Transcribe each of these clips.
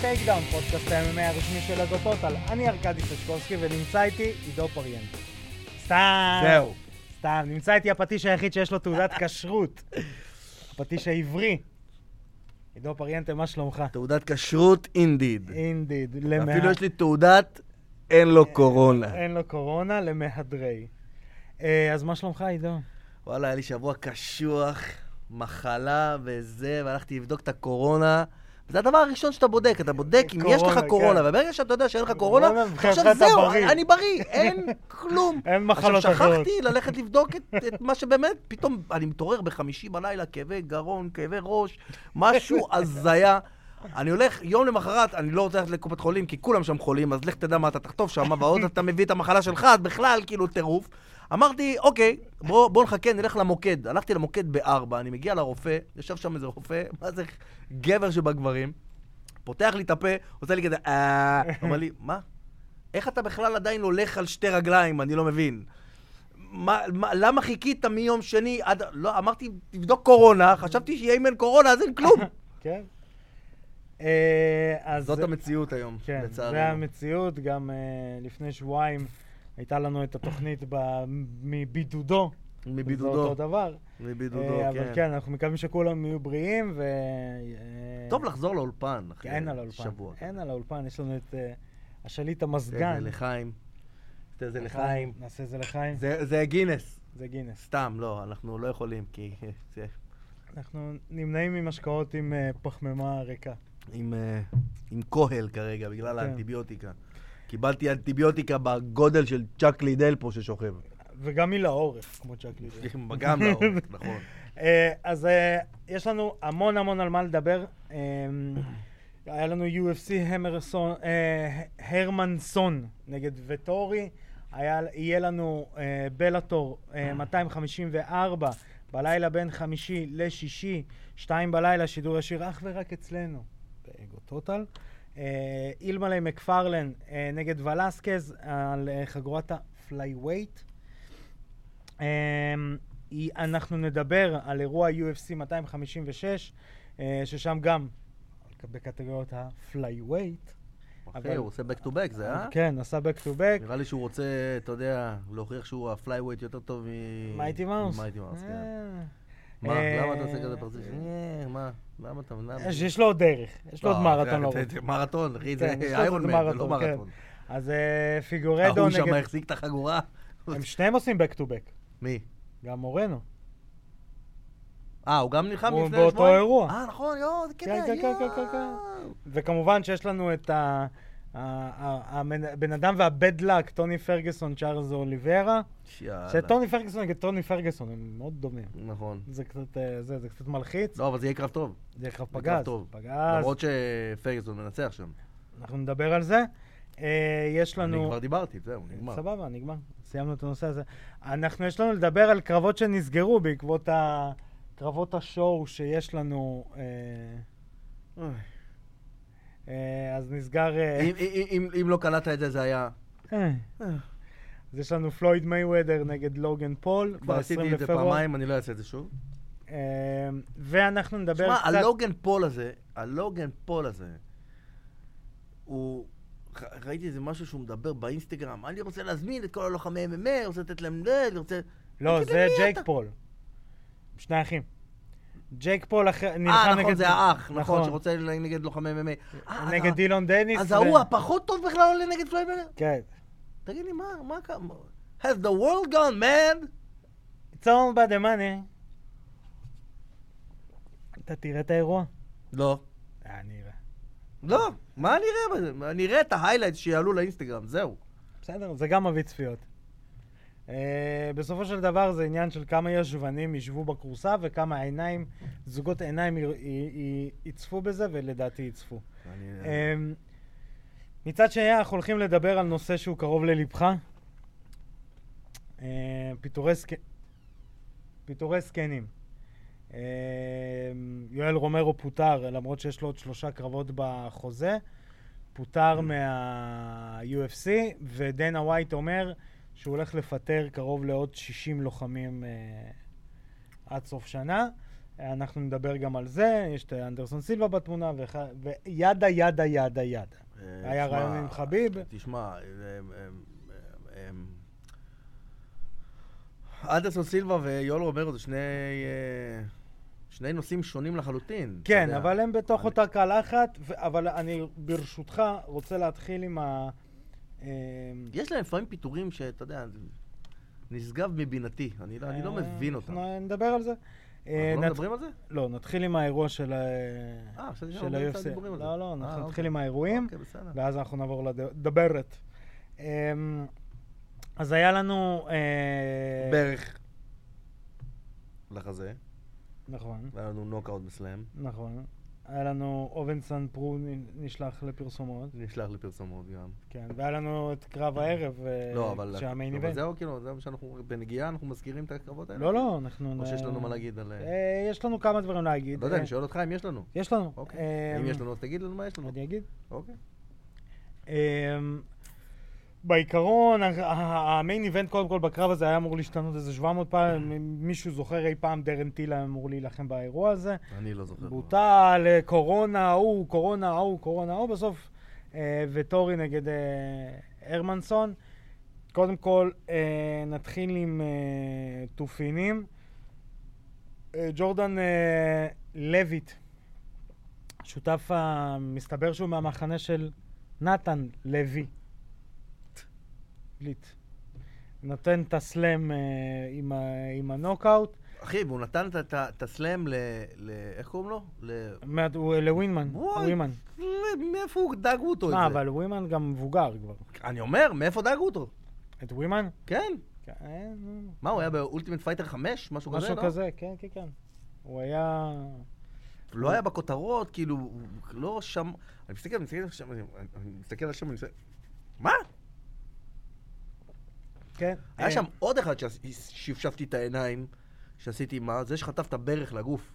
טייק דאון, פודקאסט הימי הרשמי של הגוטוטל. אני ארקדי סשקובסקי ונמצא איתי עידו פריאן. סתם. זהו. סתם. נמצא איתי הפטיש היחיד שיש לו תעודת כשרות. הפטיש העברי. עידו פריאנטה, מה שלומך? תעודת כשרות אינדיד. אינדיד. אפילו יש לי תעודת אין לו קורונה. אין לו קורונה, למהדרי. אה, אז מה שלומך, עידו? וואלה, היה לי שבוע קשוח, מחלה וזה, והלכתי לבדוק את הקורונה. זה הדבר הראשון שאתה בודק, אתה בודק אם יש קורונה, לך כן. קורונה, וברגע שאתה יודע שאין לך קורונה, קורונה, אתה חושב, מבחינתך אתה זהו, בריא." אני בריא, אין כלום. אין מחלות עכשיו, אחרות. שכחתי ללכת לבדוק את- את מה שבאמת, פתאום אני מתעורר בחמישי בלילה, כאבי גרון, כאבי ראש, משהו הזיה. אני הולך, יום למחרת, אני לא רוצה ללכת לקופת חולים, כי כולם שם חולים, אז לך תדע מה אתה תחטוף שם, ועוד אתה מביא את המחלה שלך, אז בכלל, כאילו, טירוף. אמרתי, אוקיי, בוא, בוא נחכה, נלך למוקד. הלכתי למוקד בארבע, אני מגיע לרופא, ישב שם איזה רופא, מה זה גבר שבגברים, פותח לי את הפה, עושה לי כזה, אה... אומר לי, מה? איך אתה בכלל עדיין הולך על שתי רגליים? אני לא מבין. מה, מה, למה חיכית מיום שני עד... לא, אמרתי, תבדוק קורונה, חשבתי שיהיה אם אין קורונה, אז אין כלום. כן. אה, אז... זאת המציאות היום, כן, זה לצערנו. המציאות. גם אה, לפני שבועיים הייתה לנו את התוכנית ב- מבידודו. זה מבידודו. אותו דבר. מבידודו, אה, אבל כן. כן, אנחנו מקווים שכולם יהיו בריאים ו... אה, טוב לחזור לאולפן, אחי. כי אין על האולפן. שבוע. אין על האולפן, יש לנו את אה, השליט תעשה את המזגן. זה לחיים. תעשה את זה לחיים. נעשה את זה לחיים. זה- זה גינס. זה גינס. סתם, לא, אנחנו לא יכולים, כי זה אנחנו נמנעים ממשקאות עם אה, פחמימה ריקה. עם, אה, עם כהל כרגע, בגלל כן. האנטיביוטיקה. קיבלתי אנטיביוטיקה בגודל של צ'אק לידל פה ששוכב. וגם היא לעורף, כמו צ'אק לידר. גם לעורף, נכון. אה, אז אה, יש לנו המון המון על מה לדבר. אה, היה לנו UFC המרסון, אה, הרמנסון נגד וטורי. היה, יהיה לנו אה, בלאטור אה, 254 בלילה בין חמישי לשישי, שתיים בלילה, שידור ישיר אך ורק אצלנו, באגו טוטל. אה, אילמלה מקפרלן אה, נגד ולסקז על אה, חגורת הפלייווייט. אמ, היא- אנחנו נדבר על אירוע UFC 256, אה, ששם גם בקטגוריות ה-flyweight. אחי, הוא עושה back to back, זה אה? כן, עשה back to back. נראה לי שהוא רוצה, אתה יודע, להוכיח שהוא הפלייווייט יותר טוב מ... מייטי מאוס. מייטי מאוס, כן. אה. מה, אה, למה אתה עושה כזה פרצוף? אה, מה? למה אתה... למה? יש- יש לו עוד דרך, יש לו לא, עוד מרתון זה- לרוב. זה- זה מרתון, אחי, זה כן, יש לו עוד איירון מן, זה לא מרתון, כן. מרתון. אז אה, פיגורדו ההוא שם נגד... החזיק את החגורה. הם שניהם עושים back to back, מי? גם מורנו. אה, הוא גם נלחם הוא לפני באותו שבועיים? אירוע. אה, נכון, יואו, זה קטע, כן, כן, כן, כן, כן, כן. יואו. וכמובן שיש לנו את ה- ה- ה- הבן אדם והבד לק, טוני פרגוסון, צ'ארלס אוליברה. יאללה. שטוני פרגוסון נגד טוני פרגוסון, הם מאוד דומים. נכון. זה קצת, אה, זה, זה קצת מלחיץ. לא, אבל זה יהיה קרב טוב. זה קרב זה פגז. טוב. פגז, למרות שפרגסון מנצח שם. אנחנו נדבר על זה. אה, יש אני לנו... אה, כבר דיברתי, זהו, נגמר. סבבה, נגמר. סיימנו את הנושא הזה. אנחנו, יש לנו לדבר על קרבות שנסגרו בעקבות ה... קרבות השואו שיש לנו. אה, אוי. אה, אז נסגר... אה, אם- אם- אם- אם לא קלטת את זה, זה היה... אה. אז יש לנו פלויד מייוודר נגד לוגן פול. כבר ב-20 עשיתי את זה לפברואר. פעמיים, אני לא אעשה את זה שוב. אה, ואנחנו נדבר שמע, קצת... הלוגן פול הזה, הלוגן פול הזה, הוא... ח- ראיתי איזה משהו שהוא מדבר באינסטגרם, אני רוצה להזמין את כל הלוחמי MMA, רוצה לתת להם זה, אני רוצה... לא, תגיד אוקיי, לי, זה מי ג'ייק אתה? פול. שני אחים. ג'ייק פול אחרי- נלחם אה, נגד... נכון, זה האח, נכון, שרוצה ל- נגד לוחמי MMA. אה, אז ה- נגד אילון דניס. אז ו- ההוא הפחות טוב בכלל עולה נגד פלויד מייוור? כן. תגיד לי, מה, מה קרה? has the world gone mad? It's all about the money. אתה תראה את האירוע? לא. אה, אני אראה. לא, מה נראה בזה? נראה את ההיילייט שיעלו לאינסטגרם, זהו. בסדר, זה גם מביא צפיות. אה, בסופו של דבר זה עניין של כמה ישבנים ישבו בכורסה וכמה עיניים, זוגות עיניים י- י- י- יצפו בזה, ולדעתי יצפו. אה, מצד שני, אנחנו הולכים לדבר על נושא שהוא קרוב ללבך. אה, פיטורי סק- פיטורי זקנים. אה, יואל רומרו פוטר, למרות שיש לו עוד שלושה קרבות בחוזה. פוטר מה-UFC, ודנה ווייט אומר שהוא הולך לפטר קרוב לעוד 60 לוחמים אה, עד סוף שנה. אנחנו נדבר גם על זה, יש את אנדרסון סילבה בתמונה, וכ- וידה, ידה, ידה, ידה. אה, היה תשמע, רעיון עם חביב. תשמע, אמ, אמ, אמ, אה, אדרסון סילבה ויואל רומרו זה שני אה, שני נושאים שונים לחלוטין. אתה כן, יודע. אבל הם בתוך אני- אותה קלחת, ו- אבל אני ברשותך רוצה להתחיל עם ה... אמ, יש להם לפעמים פיטורים שאתה יודע, זה נשגב מבינתי, אני לא- אני לא אה, מבין אותם. אנחנו אנחנו נדבר על זה. אה, לא נת- מדברים על זה? לא, נתחיל עם האירוע של ה- אה, חשבתי של שאנחנו מדברים ה-UFC. קצת דיבורים על זה. לא, לא, אנחנו אה, נתחיל אוקיי. עם האירועים, אוקיי, בסדר. ואז אנחנו נעבור לדברת. אמ, אז היה לנו... אה, ברך לחזה, נכון, והיה לנו נוקאוט בסלאם, נכון. היה לנו אובנסון פרו נ- נשלח לפרסומות, נשלח לפרסומות גם. כן, והיה לנו את קרב הערב, אה, לא, אבל... שהמיין אבל איבנט. זהו, כאילו, זה מה שאנחנו... בנגיעה אנחנו מזכירים את הקרבות האלה? לא, לא, אנחנו... או נ- שיש לנו מה להגיד על... אה, אה, יש לנו כמה דברים להגיד. לא יודע, אה, אני שואל אותך אם יש לנו. יש לנו. אוקיי. אמ, אם יש לנו, אז תגיד לנו מה יש לנו. אני אגיד. אוקיי. אמ, בעיקרון, ה- ה- המיין איבנט קודם כל בקרב הזה היה אמור להשתנות איזה 700 פעם, אה. אם מישהו זוכר אי פעם דרן טילה אמור להילחם באירוע הזה. אני לא זוכר. בוטל, אה, קורונה ההוא, קורונה ההוא, קורונה ההוא, בסוף אה, וטורי נגד אה, הרמנסון. קודם כל, אה, נתחיל עם אה, תופינים. אה, ג'ורדן אה, לויט, שותף, ה- מסתבר שהוא מהמחנה של נתן לוי. ליט. נותן את הסלאם אה, עם, ה- עם הנוקאוט, אחי, והוא נתן את- את ה- את הסלאם ל... ל- איך קוראים לו? ל... מה- הוא- אה, לווינמן, וואי, ווינמן. מאיפה הוא- דאגו אותו את מה, זה? אבל ווימן גם מבוגר כבר. אני אומר, מאיפה דאגו אותו? את ווימן? כן. כן, אה, נו. מה, הוא היה באולטימט פייטר 5? משהו כזה, משהו לא? כזה, כן, כן, כן. הוא היה... לא היה בכותרות, כאילו, הוא לא שם... אני מסתכל, אני מסתכל שם, אני אני מסתכל על שם, אני מסתכל... מה? אה. כן. היה אה, שם עוד אחד שעש- ששפשפתי את העיניים, שעשיתי מה? זה שחטף את הברך לגוף.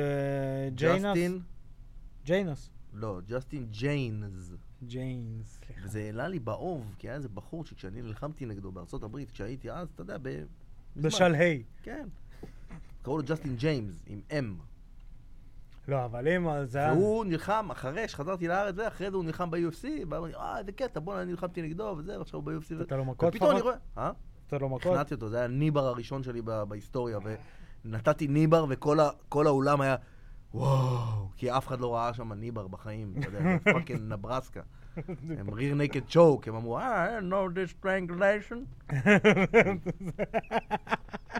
אה, ג'יינס? ג'סטין? ג'יינס. לא, ג'סטין ג'יינס. ג'יינס, סליחה. וזה העלה לי באוב, כי היה איזה בחור שכשאני נלחמתי נגדו בארצות הברית, כשהייתי אז, אתה יודע, ב... מזמן. בשלהי. כן. קראו לו ג'סטין ג'יימס, עם M. לא, אבל אם זה היה... והוא נלחם, אחרי שחזרתי לארץ, זה, אחרי זה הוא נלחם ב-UFC, ואמר לי, אה, איזה קטע, בוא'נה, אני נלחמתי נגדו, וזה, ועכשיו הוא ב-UFC. וזה." נתת לו מכות ופתאום אני לפחות? רואה... אה? נתת לו לא מכות? הכנעתי אותו, זה היה ניבר הראשון שלי ב- בהיסטוריה, ונתתי ניבר וכל ה- כל האולם היה וואו, כי אף אחד לא ראה שם ניבר בחיים, אתה יודע, זה פאקינג נברסקה. הם ריר נקד צ'וק, הם אמרו, אה, no this strangulation.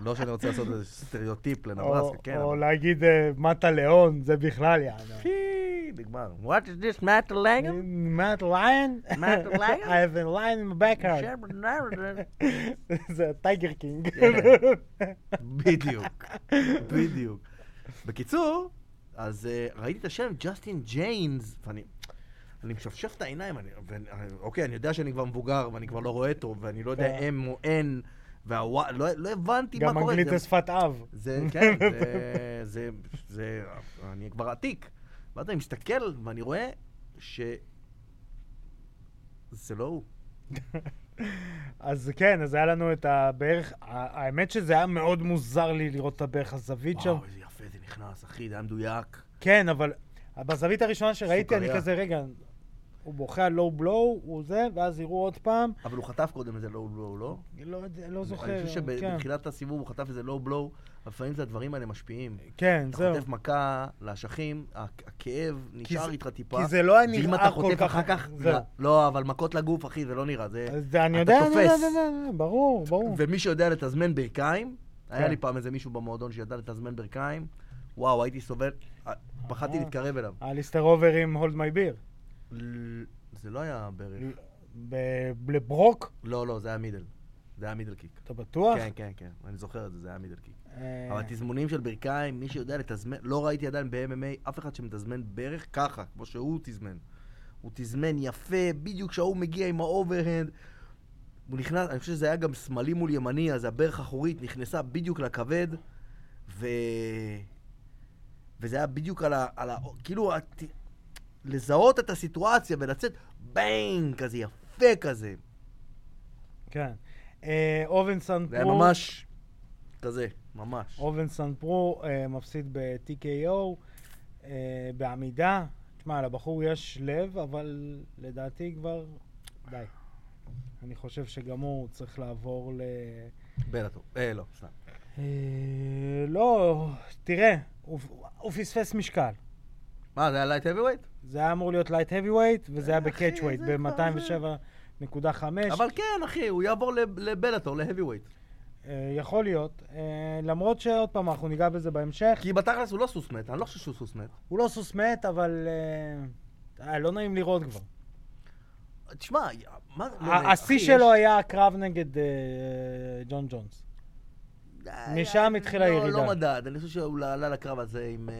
לא שאני רוצה לעשות איזה סטריאוטיפ או- לנברסקה, כן. או אבל- להגיד אה, מטה ליאון, זה בכלל לא. יענו. פי, נגמר. What is this matter langham? מאט ליין? מאט ליין? I have a lion in my backyard. זה טייגר קינג. בדיוק, בדיוק. בקיצור, אז אה, ראיתי את השם ג'סטין ג'יינס, ואני אני משפשף את העיניים, אני, ואני, אוקיי, אני יודע שאני כבר מבוגר, ואני כבר לא רואה טוב, ואני לא יודע כן. אם או אין, והוואי, לא, לא הבנתי מה גם קורה. אנגלית זה- זה שפת אב. זה, כן, זה, זה, זה, אני כבר עתיק. ואז אני מסתכל ואני רואה ש... זה לא הוא. אז כן, אז היה לנו את הברך, ה- האמת שזה היה מאוד מוזר לי לראות את הברך הזווית שם. וואו, איזה יפה זה נכנס, אחי, זה היה מדויק. כן, אבל בזווית הראשונה שראיתי, אני סוכריה. כזה, רגע, הוא בוכה על לואו בלואו, הוא זה, ואז יראו עוד פעם, אבל הוא חטף קודם איזה לואו בלואו, לא? אני לא יודע, לא זוכר. אני חושב כן. שבתחילת הסיבוב הוא חטף איזה לואו בלואו, לפעמים זה הדברים האלה משפיעים. כן, אתה זהו. חוטף מכה לאשכים, הכ- הכאב נשאר זה- איתך טיפה. כי זה לא היה ואם נראה אתה כל חוטף כך... אחר כך, זהו. אה, לא, אבל מכות לגוף, אחי, זה לא נראה, זה... אז אני אתה יודע, לא, אני יודע, תופס. אני יודע, אני יודע, ברור, ברור. ומי שיודע לתזמן ברכיים, היה כן. לי פעם איזה מישהו במועדון שידע לתזמן ברכיים, וואו, הייתי סובל, אה, פחדתי אה. להתקרב אליו. אליסטר אובר עם הולד מי ביר. ל- זה לא היה ברך. לברוק, לא, לא, זה היה מידל. זה היה מידל קיק. אתה בטוח? כן, כן, כן, אני זוכר את זה, זה היה מידל קיק. אה, אבל תזמונים של ברכיים, מי שיודע לתזמן, לא ראיתי עדיין ב-MMA אף אחד שמתזמן ברך ככה, כמו שהוא תזמן. הוא תזמן יפה, בדיוק כשההוא מגיע עם האוברהנד. הוא נכנס, אני חושב שזה היה גם שמאלי מול ימני, אז הברך האחורית נכנסה בדיוק לכבד, ו... וזה היה בדיוק על ה... על ה... כאילו, הת... לזהות את הסיטואציה ולצאת ביינג, כזה יפה כזה. כן. אה, אובנסון זה היה פרו- ממש... כזה, ממש. אובנסון פרו אה, מפסיד ב-TKO, אה, בעמידה. תשמע, לבחור יש לב, אבל לדעתי כבר די. אני חושב שגם הוא צריך לעבור ל... בלאטור. אה, לא, סתם. אה, לא, תראה, הוא, הוא פספס משקל. מה, זה היה לייט heavyweight? זה היה אמור להיות לייט heavyweight, וזה היה אה, אחי, בקאצ'ווייט, זה כבר ב-207.5. אבל כן, אחי, הוא יעבור לב- לבלאטור, להביווייט. אה, יכול להיות. אה, למרות שעוד פעם, אנחנו ניגע בזה בהמשך. כי בתכלס הוא לא סוס מת, אני לא חושב שהוא סוס מת. הוא לא סוס מת, אבל... אה, אה, לא נעים לראות כבר. תשמע, מה זה... לא, ה- אחי, השיא יש- שלו היה הקרב נגד אה, ג'ון ג'ונס. אה, משם אה, התחילה לא, הירידה. לא מדד, אני חושב שהוא עלה לקרב הזה עם... אה,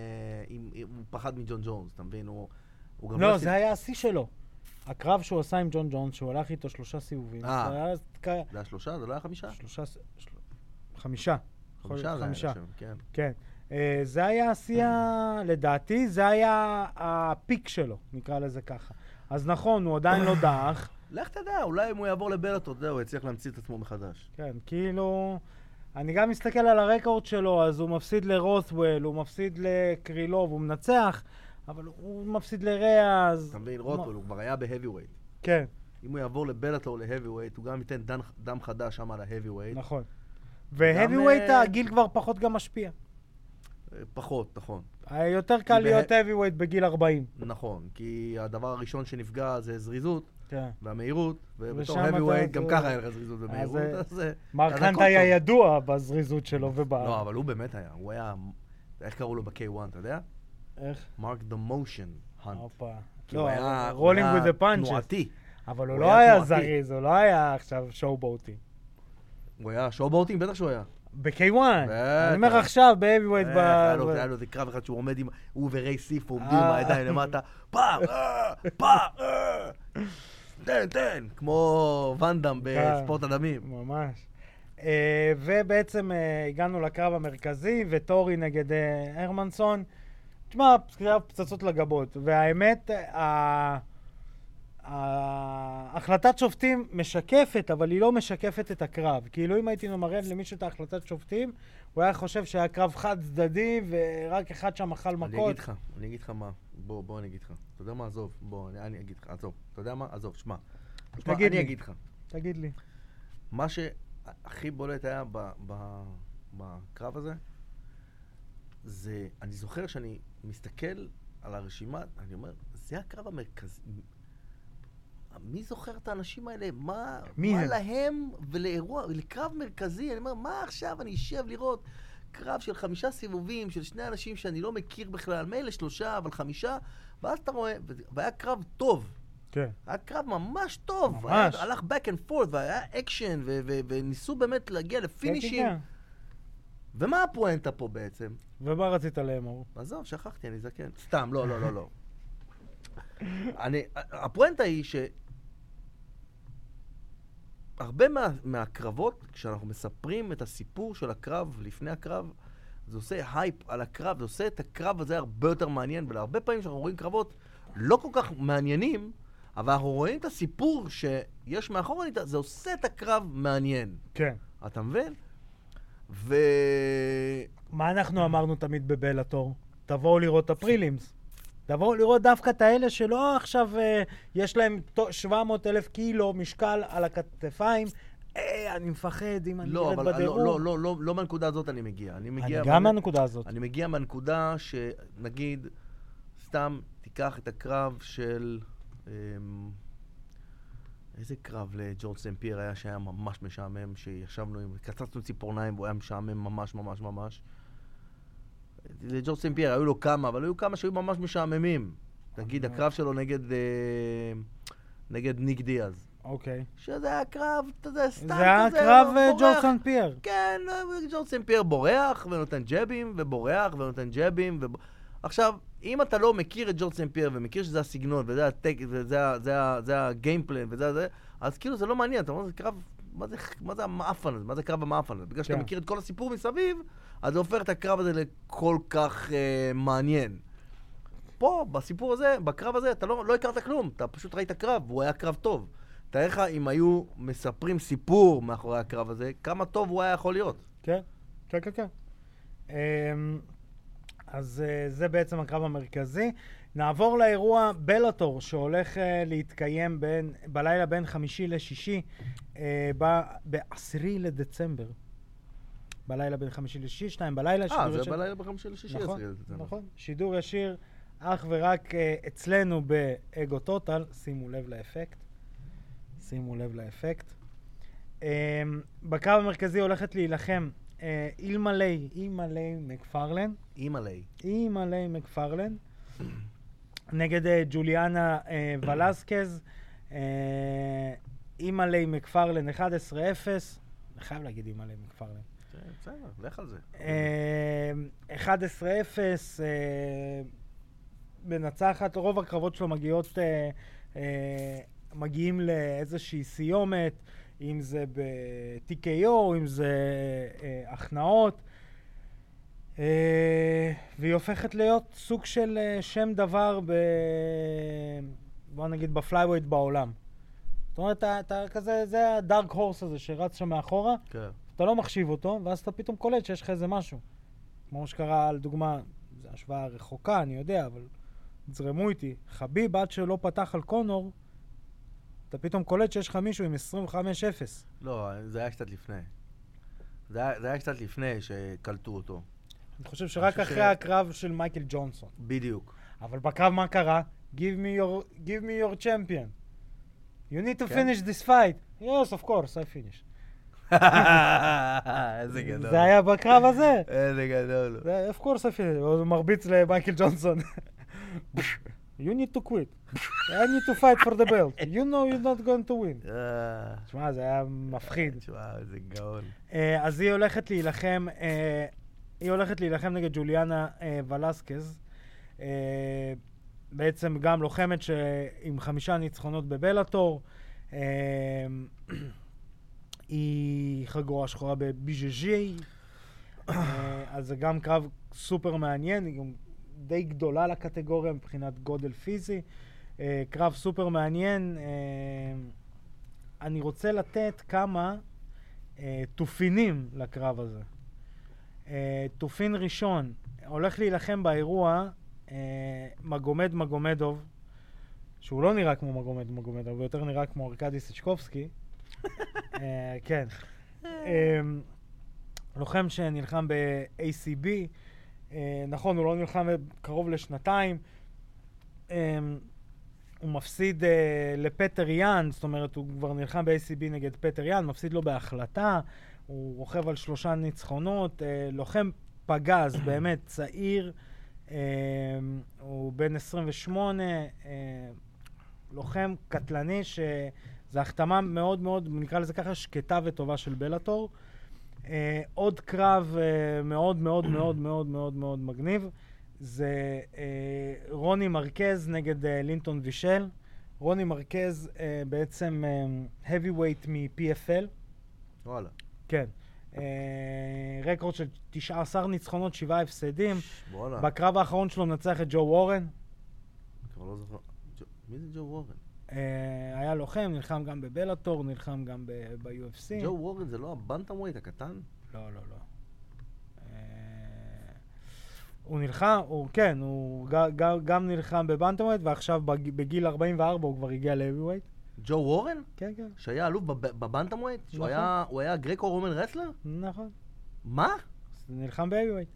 עם- עם- הוא פחד מג'ון ג'ונס, אתה מבין? הוא... הוא גם לא, עשי- זה היה השיא שלו. הקרב שהוא עשה עם ג'ון ג'ונס, שהוא הלך איתו שלושה סיבובים. אה. זה היה כ- זה היה שלושה? זה לא היה חמישה? שלושה... ס- של- חמישה. יכול חמישה להיות, זה היה, חמישה. אני חושב, כן. כן. אה, זה היה השיא, ה- לדעתי, זה היה הפיק שלו, נקרא לזה ככה. אז נכון, הוא עדיין לא דעך. לך תדע, אולי אם הוא יעבור לבלאטור, זהו, הוא יצליח להמציא את עצמו מחדש. כן, כאילו... אני גם מסתכל על הרקורד שלו, אז הוא מפסיד לרות'וול, הוא מפסיד לקרילוב, הוא מנצח, אבל הוא מפסיד לריאז. אתה מבין, רוטוול, הוא כבר היה בהביווייט. כן, אם הוא יעבור לבלאטור להביווייט, הוא גם ייתן דן- דם חדש שם על ההביווייט. נכון. והאביווייט, אה, הגיל כבר פחות גם משפיע. אה, פחות, נכון. היה יותר קל ב- להיות האביווייט בגיל 40. נכון, כי הדבר הראשון שנפגע זה זריזות כן. והמהירות, ובתור ושם אתה- heavyweight גם זה- ככה היה לך זריזות אה, ומהירות, זה- אז זה... מרק אז הכל האנט טוב. היה ידוע בזריזות שלו וב... לא, אבל הוא באמת היה, הוא היה... איך קראו לו ב-K1, אתה יודע? איך? מרק דה מושן האנט. הופה. כי הוא לא, היה... הוא רולינג היה with the punches. תנועתי. אבל הוא הוא לא היה היה תנועתי. זריז, הוא לא היה עכשיו שואו בוטי. הוא היה שואו-בוטינג, בטח שהוא היה. ב-K1. בטח. אני אומר עכשיו, ב-Heavyweight אה, ב... היה לו- ב- היה לו איזה קרב אחד שהוא עומד עם... הוא וריי סיף עומדים אה. עם הידיים למטה, פעם, אה, פעם, אה. תן, תן, כמו ואנדאם אה. בספורט הדמים. ממש. אה, ובעצם אה, הגענו לקרב המרכזי, וטורי נגד אה, הרמנסון. תשמע, קרב פצצות לגבות. והאמת, אה, ה- ה- החלטת שופטים משקפת, אבל היא לא משקפת את הקרב. כאילו אם הייתי מראה למישהו את ההחלטת שופטים, הוא היה חושב שהיה קרב חד צדדי, ורק אחד שם אכל אני אגיד מכות. לך, אני אגיד לך מה, בוא, בוא אני אגיד לך. אתה יודע מה, עזוב, בוא, אני- אני אגיד לך, עזוב. אתה יודע מה, עזוב, שמע. שמע, תגיד לי. אני אגיד לך. תגיד לי. מה שהכי בולט היה ב, ב, בקרב הזה, זה, אני זוכר שאני מסתכל על הרשימה, אני אומר, זה הקרב המרכזי. מי זוכר את האנשים האלה? מה, מי מה הם? להם ולאירוע, לקרב מרכזי? אני אומר, מה עכשיו אני אשב לראות קרב של חמישה סיבובים של שני אנשים שאני לא מכיר בכלל, מילא שלושה, אבל חמישה, ואז אתה רואה, וזה- והיה קרב טוב. כן. היה קרב ממש טוב. ממש. היה, הלך back and forth, והיה אקשן, ו- ו- וניסו באמת להגיע לפינישים. כן. אה. ומה הפואנטה פה בעצם? ומה רצית לאמור? עזוב, שכחתי, אני זקן. סתם, לא, לא, לא, לא. אני, הפואנטה היא ש... הרבה מה, מהקרבות, כשאנחנו מספרים את הסיפור של הקרב לפני הקרב, זה עושה הייפ על הקרב, זה עושה את הקרב הזה הרבה יותר מעניין, ולהרבה פעמים כשאנחנו רואים קרבות לא כל כך מעניינים, אבל אנחנו רואים את הסיפור שיש מאחורי, זה עושה את הקרב מעניין. כן. אתה מבין? ו... מה אנחנו אמרנו תמיד בבלאטור? תבואו לראות את הפרילימס. תבואו לראות דווקא את האלה שלא עכשיו אה, יש להם טו- 700 אלף קילו משקל על הכתפיים. אה, אני מפחד אם אני לא, ארד אבל לא, בדירוג. לא, לא, לא, לא מהנקודה הזאת אני מגיע. אני מגיע... אני גם מהנקודה הזאת. אני מגיע מהנקודה שנגיד, סתם תיקח את הקרב של... אמ, איזה קרב לג'ורג' סמפייר היה שהיה ממש משעמם, שישבנו עם... קצצנו ציפורניים והוא היה משעמם ממש ממש ממש. לג'ורג' סמפייר היו לו כמה, אבל היו כמה שהיו ממש משעממים. נגיד, הקרב שלו נגד... אה, נגד ניק דיאז. אוקיי. שזה היה קרב, אתה יודע, סתם זה כזה, היה קרב הוא אה, בורח. ג'ורסון פייר. כן, ג'ורד סמפייר בורח ונותן ג'בים, ובורח ונותן ג'בים. וב... עכשיו, אם אתה לא מכיר את ג'ורד סמפייר ומכיר שזה הסגנון, וזה הטק, וזה ה- זה ה- זה הגיימפלן, וזה זה, אז כאילו זה לא מעניין, אתה אומר, זה קרב, מה זה, מה זה המאפן הזה, מה זה קרב המאפן הזה? בגלל שאתה כן. מכיר את כל הסיפור מסביב, אז זה הופך את הקרב הזה לכל כך אה, מעניין. פה, בסיפור הזה, בקרב הזה, אתה לא, לא הכרת כלום, אתה פשוט ראית קרב, והוא היה קרב טוב. תאר לך אם היו מספרים סיפור מאחורי הקרב הזה, כמה טוב הוא היה יכול להיות. כן. כן, כן, כן. אמ, אז אה, זה בעצם הקרב המרכזי. נעבור לאירוע בלאטור, שהולך אה, להתקיים בין, בלילה בין חמישי לשישי, אה, ב- בעשירי לדצמבר. בלילה בין חמישי לשישי, שתיים בלילה. אה, שידור זה ישיר- בלילה בחמישי לשישי. נכון, עשרה לדצמבר. נכון. שידור ישיר אך ורק אה, אצלנו באגו טוטל. שימו לב לאפקט. שימו לב לאפקט. אה, בקרב המרכזי הולכת להילחם אה, אילמלי, אילמלי מקפרלן. אימא'לה. אימא'לה מקפרלן, נגד אה, ג'וליאנה אה, ולסקז, אה, אימא'לה מקפרלן 11-0, אני חייב להגיד אימא'לה מקפרלן, כן, בסדר, לך על זה. אה, 11-0, אה, מנצחת, רוב הקרבות שלו מגיעות, אה, אה, מגיעים לאיזושהי סיומת, אם זה ב-TKO, אם זה אה, הכנעות. אה, והיא הופכת להיות סוג של אה, שם דבר ב... בוא נגיד בפלייווייט בעולם. זאת אומרת, אתה, אתה כזה, זה הדארק הורס הזה שרץ שם מאחורה, כן. אתה לא מחשיב אותו, ואז אתה פתאום קולט שיש לך איזה משהו. כמו שקרה, לדוגמה, זו השוואה רחוקה, אני יודע, אבל זרמו איתי. חביב, עד שלא פתח על קונור, אתה פתאום קולט שיש לך מישהו עם 25-0. לא, זה היה קצת לפני. זה היה זה היה קצת לפני שקלטו אותו. אני חושב שרק חושב ש- אחרי ש... הקרב של מייקל ג'ונסון. בדיוק. אבל בקרב מה קרה? Give me your, give me your champion. You need to כן. finish this fight. Yes, of course, I finish. איזה גדול. אה, זה היה בקרב הזה. איזה גדול. זה, of course, I finish. הוא מרביץ למייקל ג'ונסון. You need to quit. I need to fight for the belt. You know you're not going to win. אה, תשמע, זה היה מפחיד. תשמע, איזה גאון. אה, אז היא הולכת להילחם, אה, היא הולכת להילחם נגד ג'וליאנה אה, ולסקז. אה, בעצם גם לוחמת ש- עם חמישה ניצחונות בבלאטור. אה, היא חגורה שחורה בביז'ז'י. אה, אז זה גם קרב סופר מעניין, היא גם די גדולה לקטגוריה מבחינת גודל פיזי. אה, קרב סופר מעניין. אה, אני רוצה לתת כמה אה, תופינים לקרב הזה. אה, תופין ראשון, הולך להילחם באירוע אה, מגומד מגומדוב, שהוא לא נראה כמו מגומד מגומדוב, הוא יותר נראה כמו ארקדי סצ'קובסקי. אה, כן. אה, לוחם שנלחם ב-ACB, אה, נכון, הוא לא נלחם קרוב לשנתיים. אה, הוא מפסיד אה, לפטר יאן, זאת אומרת, הוא כבר נלחם ב-ACB נגד פטר יאן, מפסיד לו בהחלטה, הוא רוכב על שלושה ניצחונות, אה, לוחם פגז, באמת צעיר, אה, הוא בן 28, אה, לוחם קטלני, שזו החתמה מאוד מאוד, נקרא לזה ככה, שקטה וטובה של בלאטור. אה, עוד קרב אה, מאוד מאוד מאוד מאוד מאוד מאוד מגניב. זה אה, רוני מרקז נגד אה, לינטון וישל. רוני מרקז אה, בעצם אה, heavyweight מ-PFL. וואלה. כן. אה, רקורד של 19 ניצחונות, 7 הפסדים. בואנה. בקרב האחרון שלו מנצח את ג'ו וורן. כבר לא זוכר. ג'ו- מי זה ג'ו וורן? אה, היה לוחם, נלחם גם בבלאטור, נלחם גם ב- ב-UFC. ג'ו וורן זה לא הבנטמווייט הקטן? לא, לא, לא. אה, הוא נלחם, הוא כן, הוא ג- ג- גם נלחם בבנטומייט, ועכשיו בג- בגיל 44 הוא כבר הגיע ל-heavyweight. ג'ו וורן? כן, כן, שהיה אלוף בב- בבנטמווייט? שהוא נכון. היה- הוא היה גרקו רומן רסלר? נכון. מה? אז הוא נלחם ב-heavyweight.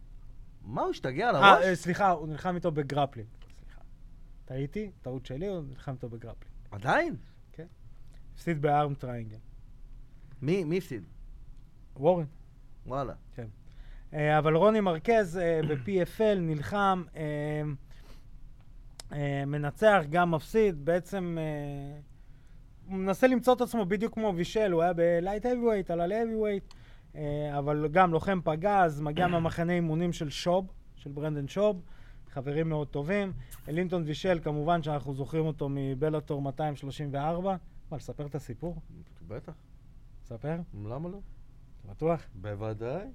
מה, הוא השתגע על אה, אה, הראש? סליחה, הוא נלחם איתו בגרפלינג. סליחה. טעיתי, טעות שלי, הוא נלחם איתו בגרפלינג. עדיין? הפסיד בארם טריינגל. מי מי הפסיד? וורן. וואלה. אה, אבל רוני מרקז אה, ב-PFL נלחם, אה, אה, מנצח, גם מפסיד, בעצם אה, הוא מנסה למצוא את עצמו בדיוק כמו וישל, הוא היה בלייט heavyweight, עלה ל-heavyweight, אה, אבל גם לוחם פגז, מגיע מהמחנה אימונים של שוב, של ברנדן שוב, חברים מאוד טובים. לינטון וישל, כמובן שאנחנו זוכרים אותו מבלאטור 234. מה, לספר את הסיפור? בטח. ספר? למה לא? אתה בטוח? בוודאי.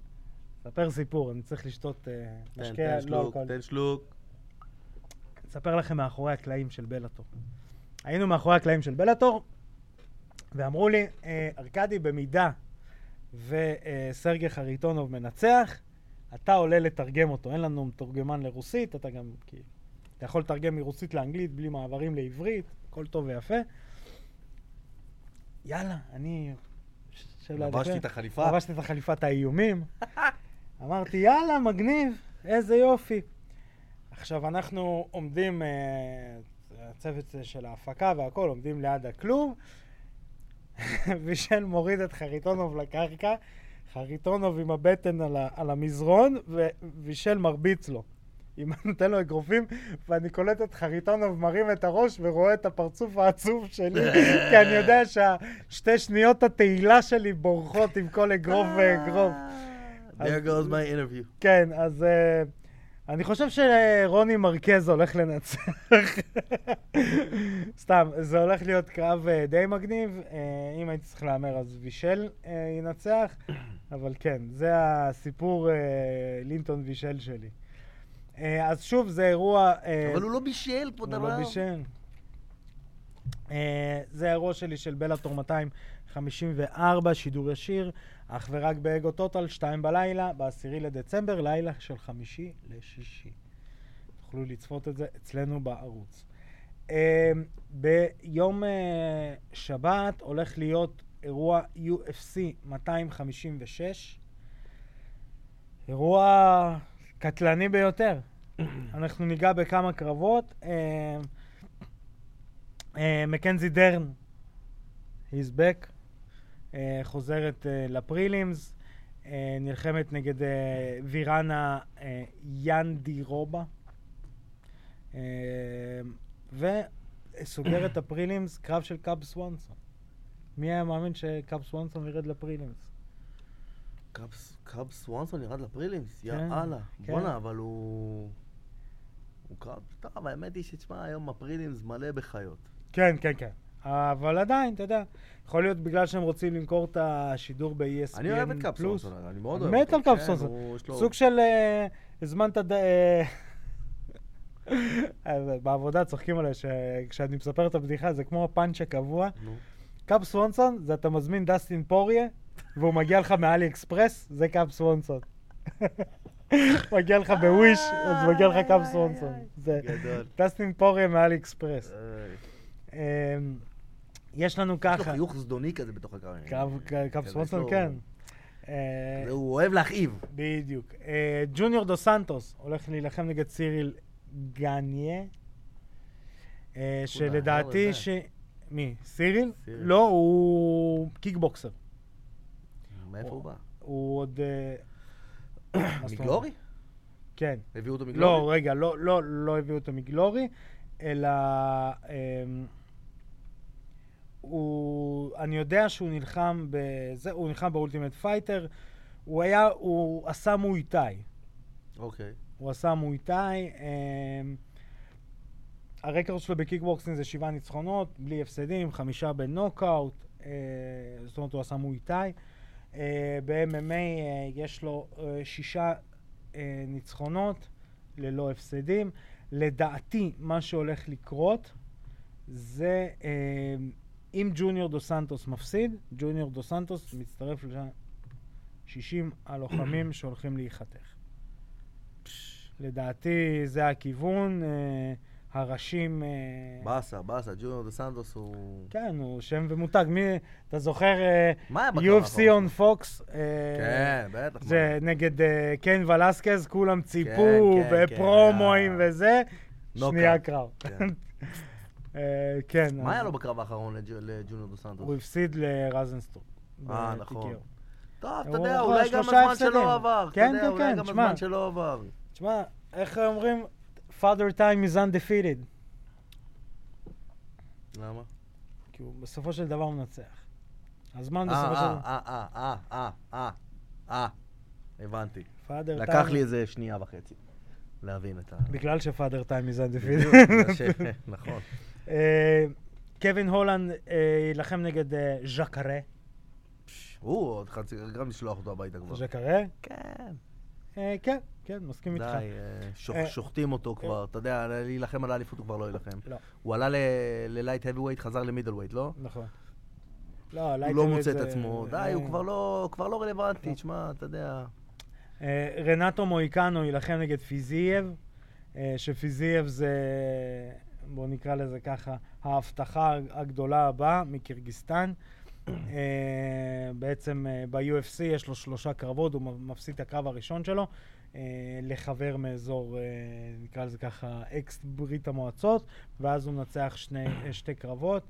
ספר סיפור, אני צריך לשתות אה, תן, משקה, תן לא שלוק, אלכוהול. תן שלוק. אספר לכם מאחורי הקלעים של בלאטור. היינו מאחורי הקלעים של בלאטור, ואמרו לי, אה, ארקדי, במידה וסרגי חריטונוב מנצח, אתה עולה לתרגם אותו. אין לנו מתורגמן לרוסית, אתה גם כאילו... אתה יכול לתרגם מרוסית לאנגלית בלי מעברים לעברית, הכל טוב ויפה. יאללה, אני יושב ליד לבשתי הבן. את החליפה. לבשתי את החליפת האיומים. אמרתי, יאללה, מגניב, איזה יופי. עכשיו, אנחנו עומדים, אה, הצוות של ההפקה והכל, עומדים ליד הכלוב, וישל מוריד את חריטונוב לקרקע, חריטונוב עם הבטן על, ה, על המזרון, ווישל מרביץ לו. אם נותן לו אגרופים, ואני קולט את חריטונוב מרים את הראש ורואה את הפרצוף העצוב שלי, כי אני יודע שהשתי שניות התהילה שלי בורחות עם כל אגרוף ואגרוף. There goes my interview. כן, אז אה, אני חושב שרוני מרקז הולך לנצח. סתם, זה הולך להיות קרב אה, די מגניב. אה, אם הייתי צריך להמר, אז וישל אה, ינצח. אבל כן, זה הסיפור אה, לינטון וישל שלי. אה, אז שוב, זה אירוע... אה, אבל הוא לא בישל פה הוא דבר. לא בישל. אה, זה האירוע שלי של בלאטור 254, שידור ישיר, אך ורק באגו טוטל, שתיים בלילה, ב-10 לדצמבר, לילה של חמישי לשישי. תוכלו לצפות את זה אצלנו בערוץ. אה, ביום אה, שבת הולך להיות אירוע UFC 256, אירוע קטלני ביותר. אנחנו ניגע בכמה קרבות. אה, אה, מקנזי דרן, he's back, אה, חוזרת אה, לפרילימס, אה, נלחמת נגד אה, ויראנה אה, ינדי רובה, אה, וסוגר את הפרילימס, קרב של קאב סוואנסון. מי היה מאמין שקאב סוואנסון ירד לפרילימס? קאבס- קאב סוואנסון ירד לפרילימס, כן, יאללה. כן. בואנה, אבל הוא... הוא קרב טוב, האמת היא שתשמע, היום הפרילימס מלא בחיות. כן, כן, כן. אבל עדיין, אתה יודע, יכול להיות בגלל שהם רוצים למכור את השידור ב-ESPN+. אני אוהב את קאב סוואנסון, אני מאוד אוהב מת על קאב כן, סוואנסון. הוא- יש לו- סוג של... אה, הזמנת... ד- אה, אז אה, בעבודה צוחקים עליי שכשאני מספר את הבדיחה זה כמו הפאנץ' הקבוע. נו. קאב סוואנסון זה אתה מזמין דסטין פוריה והוא מגיע לך מאלי אקספרס, זה קאב סוואנסון. מגיע לך בוויש, אז מגיע לך קאב סוואנסון. זה גדול. דסטין פוריה מאלי אקספרס. איי. אמ, יש לנו יש לו ככה, חיוך זדוני כזה בתוך הקרב. קו- ק- קו כזה, סוואנסון, יש לו- כן. אה, כזה, הוא אוהב להכאיב. בדיוק. אה, ג'וניור דו סנטוס הולך להילחם נגד סיריל גניה, אה, יודע. שלדעתי ש... מי? סיריל? סיריל. לא, הוא קיקבוקסר. מאיפה הוא בא? הוא עוד... אה, מה זאת אומרת? מגלורי? כן. הביאו אותו מגלורי? לא, רגע, לא- לא לא הביאו אותו מגלורי, אלא... אמ, הוא... אני יודע שהוא נלחם בזה, הוא נלחם באולטימט פייטר. הוא היה... הוא עשה מוי תאי. אוקיי. הוא עשה מוי תאי. אמ, הרקורד שלו בקיקבוקסינג זה שבעה ניצחונות, בלי הפסדים, חמישה בנוקאוט. אה, זאת אומרת, הוא עשה מוי תאי. אה, ב-MMA אה, יש לו אה, שישה אה, ניצחונות ללא הפסדים. לדעתי, מה שהולך לקרות זה אה, אם ג'וניור דו סנטוס מפסיד, ג'וניור דו סנטוס מצטרף ל-60 הלוחמים שהולכים להיחתך. לדעתי זה הכיוון, אה, הראשים... אה, באסה, באסה, ג'וניור דה סנדוס הוא... כן, הוא שם ומותג. מי, אתה זוכר אה, מה היה בקרב UFC האחרון? on Fox? אה, כן, בטח. זה נגד אה, קיין ולסקז, כולם ציפו, כן, כן, בפרומואים אה. וזה, נוקאאוט. שנייה קרב. כן. אה, כן. מה היה אז לו בקרב האחרון לג'- לג'וניור דה סנדוס? הוא הפסיד לרזנסטור. אה, ב-TKO. נכון. טוב, הוא אתה יודע, עבר אולי גם שלושה הזמן הפסדים. שלו עבר. אתה כן, יודע, כן, אולי כן, גם תשמע. הזמן שלו עבר. תשמע, איך אומרים? Father time is undefeated. למה? כי הוא בסופו של דבר מנצח. הזמן אה, בסופו של אה, דבר... אה, אה, אה, אה, אה, אה, הבנתי. Father לקח time- לי איזה שנייה וחצי להבין את ה... בגלל שפאדר טיים is בדיוק, undefeated. בגלל ש- נכון. אה, קווין הולנד אה, יילחם נגד אה, ז'קרה. פש, הוא עוד חצי, גם לשלוח אותו הביתה כבר. ז'קרה? כן. אה, כן, כן, מסכים די, איתך. אה, שוח- אה, שוחטים אותו כבר. אתה יודע, להילחם על האליפות הוא כבר לא יילחם. לא. הוא עלה ללייט heavyweight, חזר למידל ווייט, לא? נכון. לא, הוא לייטרית לא מוצא את זה- עצמו. אה, די, הוא כבר לא- כבר לא רלוונטי, לא. תשמע, אתה יודע. אה, רנטו מוהיקנו יילחם נגד פיזייב, אה, שפיזייב זה, בואו נקרא לזה ככה, ההבטחה הגדולה הבאה מקירגיסטן. אה, בעצם אה, ב-UFC יש לו שלושה קרבות, הוא מפסיד את הקרב הראשון שלו אה, לחבר מאזור, אה, נקרא לזה ככה, אקס ברית המועצות, ואז הוא מנצח שני, אה, שתי קרבות.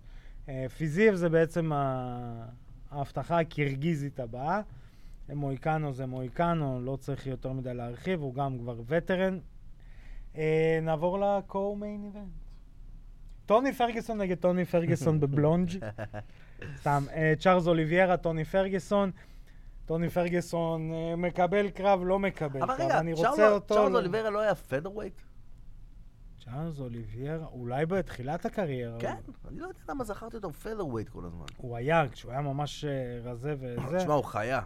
אה, פיזייב זה בעצם ה- ההבטחה הקירגיזית הבאה. מויקנו זה מויקנו, לא צריך יותר מדי להרחיב, הוא גם כבר וטרן. אה, נעבור ל-co-main event. טוני פרגוסון נגד טוני פרגוסון בבלונג'. סתם, אה, צ'ארלס אוליביירה, טוני פרגוסון. טוני פרגוסון אה, מקבל קרב, לא מקבל אבל קרב, רגע, אני רוצה צ'ארלו- אותו... צ'ארלס לא- אוליברה לא היה פדרווייט? צ'ארלס אוליביירה, אולי בתחילת הקריירה. כן, אני לא יודע למה זכרתי אותו פדרווייט כל הזמן. הוא היה, כשהוא היה ממש אה, רזה וזה. תשמע, הוא חיה.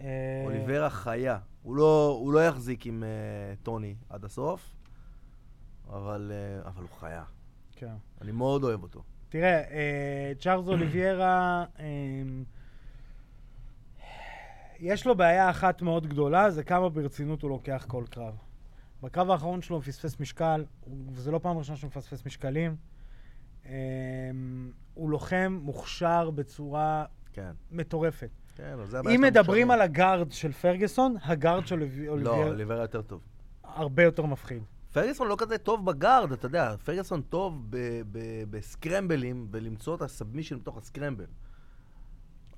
אה, אוליברה חיה. הוא לא, הוא לא יחזיק עם אה, טוני עד הסוף, אבל, אה, אבל הוא חיה. כן. אני מאוד אוהב אותו. תראה, אה, צ'ארלס אוליביירה, אה, יש לו בעיה אחת מאוד גדולה, זה כמה ברצינות הוא לוקח כל קרב. בקרב האחרון שלו הוא פספס משקל, הוא- וזו לא פעם ראשונה שהוא מפספס משקלים. אה, הוא לוחם מוכשר בצורה כן. מטורפת. כן, לא, זה הבעיה אם שלנו מדברים על עכשיו. הגארד של פרגוסון, הגארד של אוליבי- לא, אוליביירה אוליברה יותר טוב. הרבה יותר מפחיד. פרגוסון לא כזה טוב בגארד, אתה יודע, פרגוסון טוב ב- ב- בסקרמבלים, ולמצוא את הסאבמישן בתוך הסקרמבל.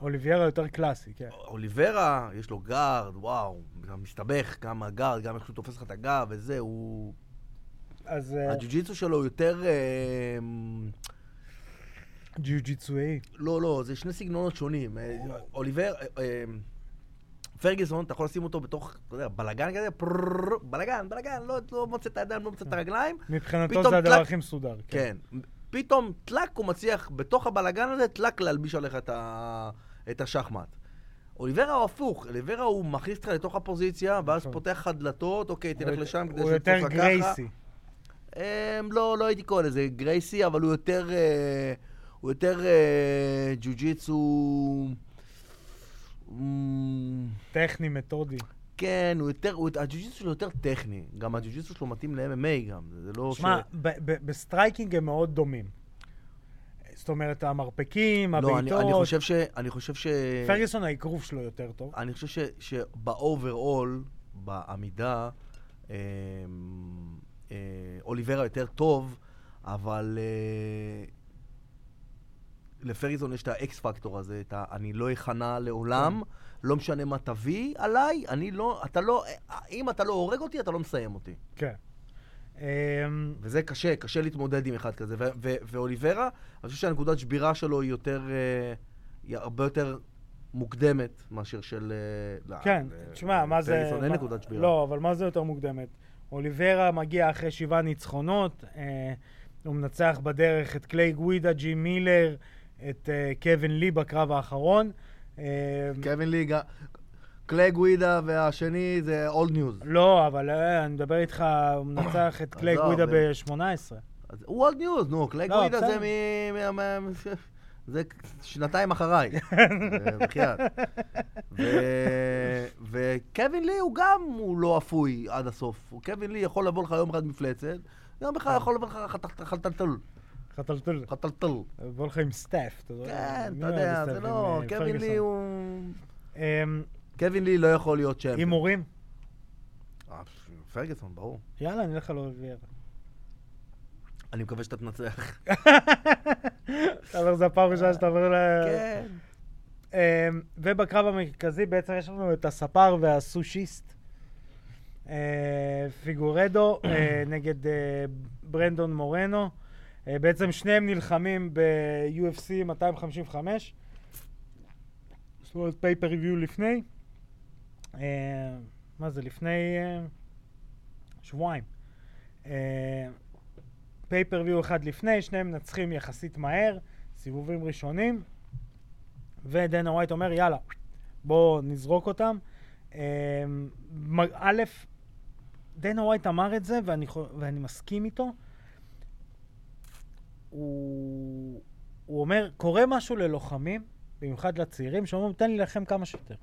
אוליביירה יותר קלאסי, כן. אוליברה, יש לו גארד, וואו, גם מסתבך, גם הגארד, גם איך שהוא תופס לך את הגב וזה, הוא... אז אה, הג'ו-ג'יצו שלו הוא יותר... אה, ג'יוג'יצואי. לא, לא, זה שני סגנונות שונים. אה, אוליבר... אה, אה, פרגוסון, אתה יכול לשים אותו בתוך, אתה יודע, בלאגן כזה, פרררר, בלאגן, בלאגן, לא- לא מוצא את הידיים, לא מוצא את הרגליים. מבחינתו פתאום זה הדבר טלאק- הכי מסודר. כן. פתאום טלק הוא מצליח, בתוך הבלגן הזה, טלק להלביש עליך את, ה... את השחמט. אוליברה הוא הפוך, אוליברה הוא מכניס אותך לתוך הפוזיציה, ואז נכון. פותח לך דלתות, אוקיי, תלך לשם כדי הוא שיתפוס יותר לך ככה. גרייסי. אמ, לא, לא הייתי קורא לזה גרייסי, אבל הוא יותר... אה, הוא יותר אה, ג'ו-ג'יצו... אמ, טכני, מתודי. כן, הוא יותר... הוא- הג'ו-ג'יצו שלו יותר טכני. גם הג'ו-ג'יצו שלו מתאים ל-MMA גם, זה לא ש... שמע, ב- ב- בסטרייקינג הם מאוד דומים. זאת אומרת, המרפקים, לא, אני, אני הבעיטות. חושב ש... אני חושב ש... פרגוסון האגרוף שלו יותר טוב. אני חושב ש, שבאוברול, בעמידה, אמ, אה, אוליברה יותר טוב, אבל אה, לפריזון יש את האקס פקטור הזה, את ה, אני לא אכנע לעולם, לא משנה מה תביא עליי, אני לא, אתה לא, אה, אם אתה לא הורג אותי, אתה לא מסיים אותי. כן. אמ, וזה קשה, קשה להתמודד עם אחד כזה. ו- ו- ואוליברה, אני חושב שהנקודת שבירה שלו היא יותר, אה, היא הרבה יותר מוקדמת מאשר של... אה, לא, כן, אה, תשמע, מה זה... פרגוסון אין מה- נקודת שבירה. לא, אבל מה זה יותר מוקדמת? אוליברה מגיע אחרי שבעה ניצחונות, אה, הוא מנצח בדרך את קליי גווידה, ג'י מילר, את אה, קווין לי בקרב האחרון. אה, קווין ליגה, קליי גווידה והשני זה אולד ניוז. לא, אבל אה, אני מדבר איתך, הוא מנצח את קליי עזוב, גווידה אה. ב-18. אז הוא אולד ניוז, נו, קליי לא, גווידה בסדר. זה מ... מה- מה- זה שנתיים אחריי, זה בחייאת. ו- וקווין לי הוא גם, הוא לא אפוי עד הסוף. הוא- קווין לי יכול לבוא לך יום אחד מפלצת, יום אחד יכול לבוא לך חת- חתלתל, חתלתול. חתלתל. בוא לך עם סטף. כן, אתה יודע, זה לא, אה, קווין לי הוא... קווין לי לא יכול להיות שם. אמ, הימורים? כן. אה, פרגוסון, ברור. יאללה, אני אלך על אוליביירה. אני מקווה שאתה תנצח. אתה אומר, זה הפעם הראשונה שאתה עובר ל... אה, כן. אמ, ובקרב המרכזי בעצם יש לנו את הספר והסושיסט. אה, פיגורדו אה, נגד אה, ברנדון מורנו. אה, בעצם שניהם נלחמים ב-UFC 255. זאת אומרת פייפר ריוויו לפני. אה, מה זה? לפני אה, שבועיים. פייפר ריוויו אחד לפני, שניהם מנצחים יחסית מהר, סיבובים ראשונים. ודנה ווייט אומר, יאללה, בואו נזרוק אותם. אמ, מ- א', דנה ווייט אמר את זה, ואני, חו- ואני מסכים איתו. הוא, הוא אומר, קורה משהו ללוחמים במיוחד לצעירים, שאומרים, תן לי להילחם כמה שיותר.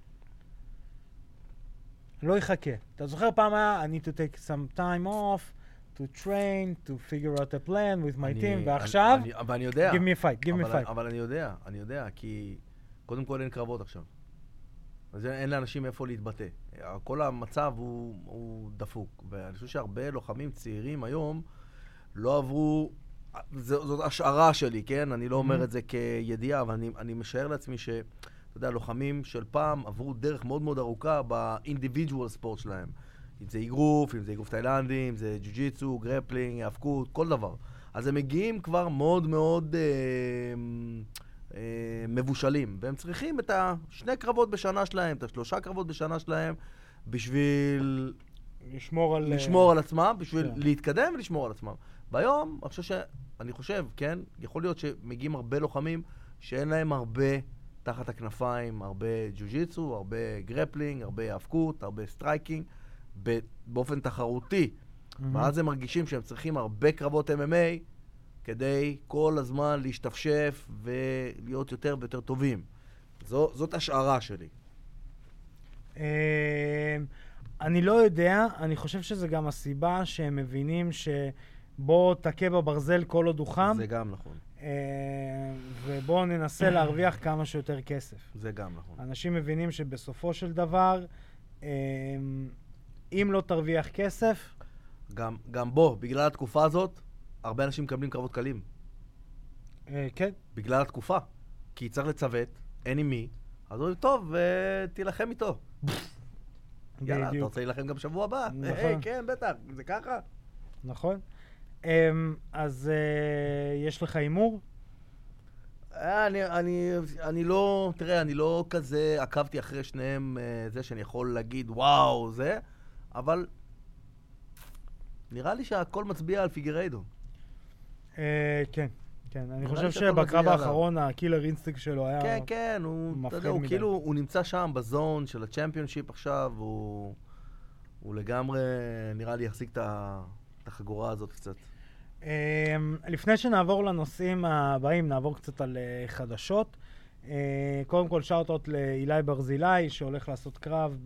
לא יחכה. אתה זוכר פעם היה, I need to take some time off, to train, to figure out a plan with my אני- team, אני- ועכשיו, אני- אבל אני יודע. give me a fight, give me a אבל- fight. אבל אני יודע, אני יודע, כי קודם כל אין קרבות עכשיו. אז אין- אין לאנשים איפה להתבטא. כל המצב הוא, הוא דפוק. ואני חושב שהרבה לוחמים צעירים היום לא עברו... זו, זאת השערה שלי, כן? אני לא אומר Mhm. את זה כידיעה, אבל אני, אני משער לעצמי ש... אתה יודע, לוחמים של פעם עברו דרך מאוד מאוד ארוכה באינדיבידואל ספורט שלהם. אם זה אגרוף, אם זה אגרוף תאילנדי, אם זה ג'ו-ג'יצו, גרפלינג, האבקות, כל דבר. אז הם מגיעים כבר מאוד מאוד אה, אה, מבושלים, והם צריכים את השני קרבות בשנה שלהם, את השלושה קרבות בשנה שלהם, בשביל לשמור על... לשמור על עצמם, בשביל כן. להתקדם ולשמור על עצמם. והיום, אני חושב ש... אני חושב, כן, יכול להיות שמגיעים הרבה לוחמים שאין להם הרבה תחת הכנפיים, הרבה ג'ו-ג'יצו, הרבה גרפלינג, הרבה היאבקות, הרבה סטרייקינג, ב- באופן תחרותי. מהמם. ואז הם מרגישים שהם צריכים הרבה קרבות MMA כדי כל הזמן להשתפשף ולהיות יותר ויותר טובים. זו, זאת השערה שלי. אה, אני לא יודע, אני חושב שזה גם הסיבה שהם מבינים שבוא תכה בברזל כל עוד הוא חם, זה גם נכון. אה, ובוא ננסה להרוויח כמה שיותר כסף. זה גם נכון. אנשים מבינים שבסופו של דבר, אה, אם לא תרוויח כסף, גם, גם בו, בגלל התקופה הזאת, הרבה אנשים מקבלים קרבות קלים. אה, כן, בגלל התקופה. כי צריך לצוות, אין עם מי, אז אומרים, טוב, אה, תילחם איתו. יאללה, אתה בדיוק, רוצה להילחם גם שבוע הבא? נכון. היי, כן, בטח, זה ככה. נכון. אה, אז אה, יש לך הימור? אה, אני, אני, אני לא, תראה, אני לא כזה עקבתי אחרי שניהם, אה, זה שאני יכול להגיד, וואו, זה, אבל נראה לי שהכל מצביע על פיגריידו. אה, כן, כן. אני נראה חושב לי שהכל שבקרב מצביע עליו. האחרון הקילר אינסטינקט שלו היה... כן, כן, הוא, אתה מפחיד יודע, הוא מדי. כאילו, הוא נמצא שם בזון של הצ'מפיונשיפ עכשיו, הוא, הוא לגמרי, נראה לי, יחזיק את ה- את החגורה הזאת קצת. Um, לפני שנעבור לנושאים הבאים, נעבור קצת על uh, חדשות. Uh, קודם כל, שאוט-אוט לאילי ברזילי, שהולך לעשות קרב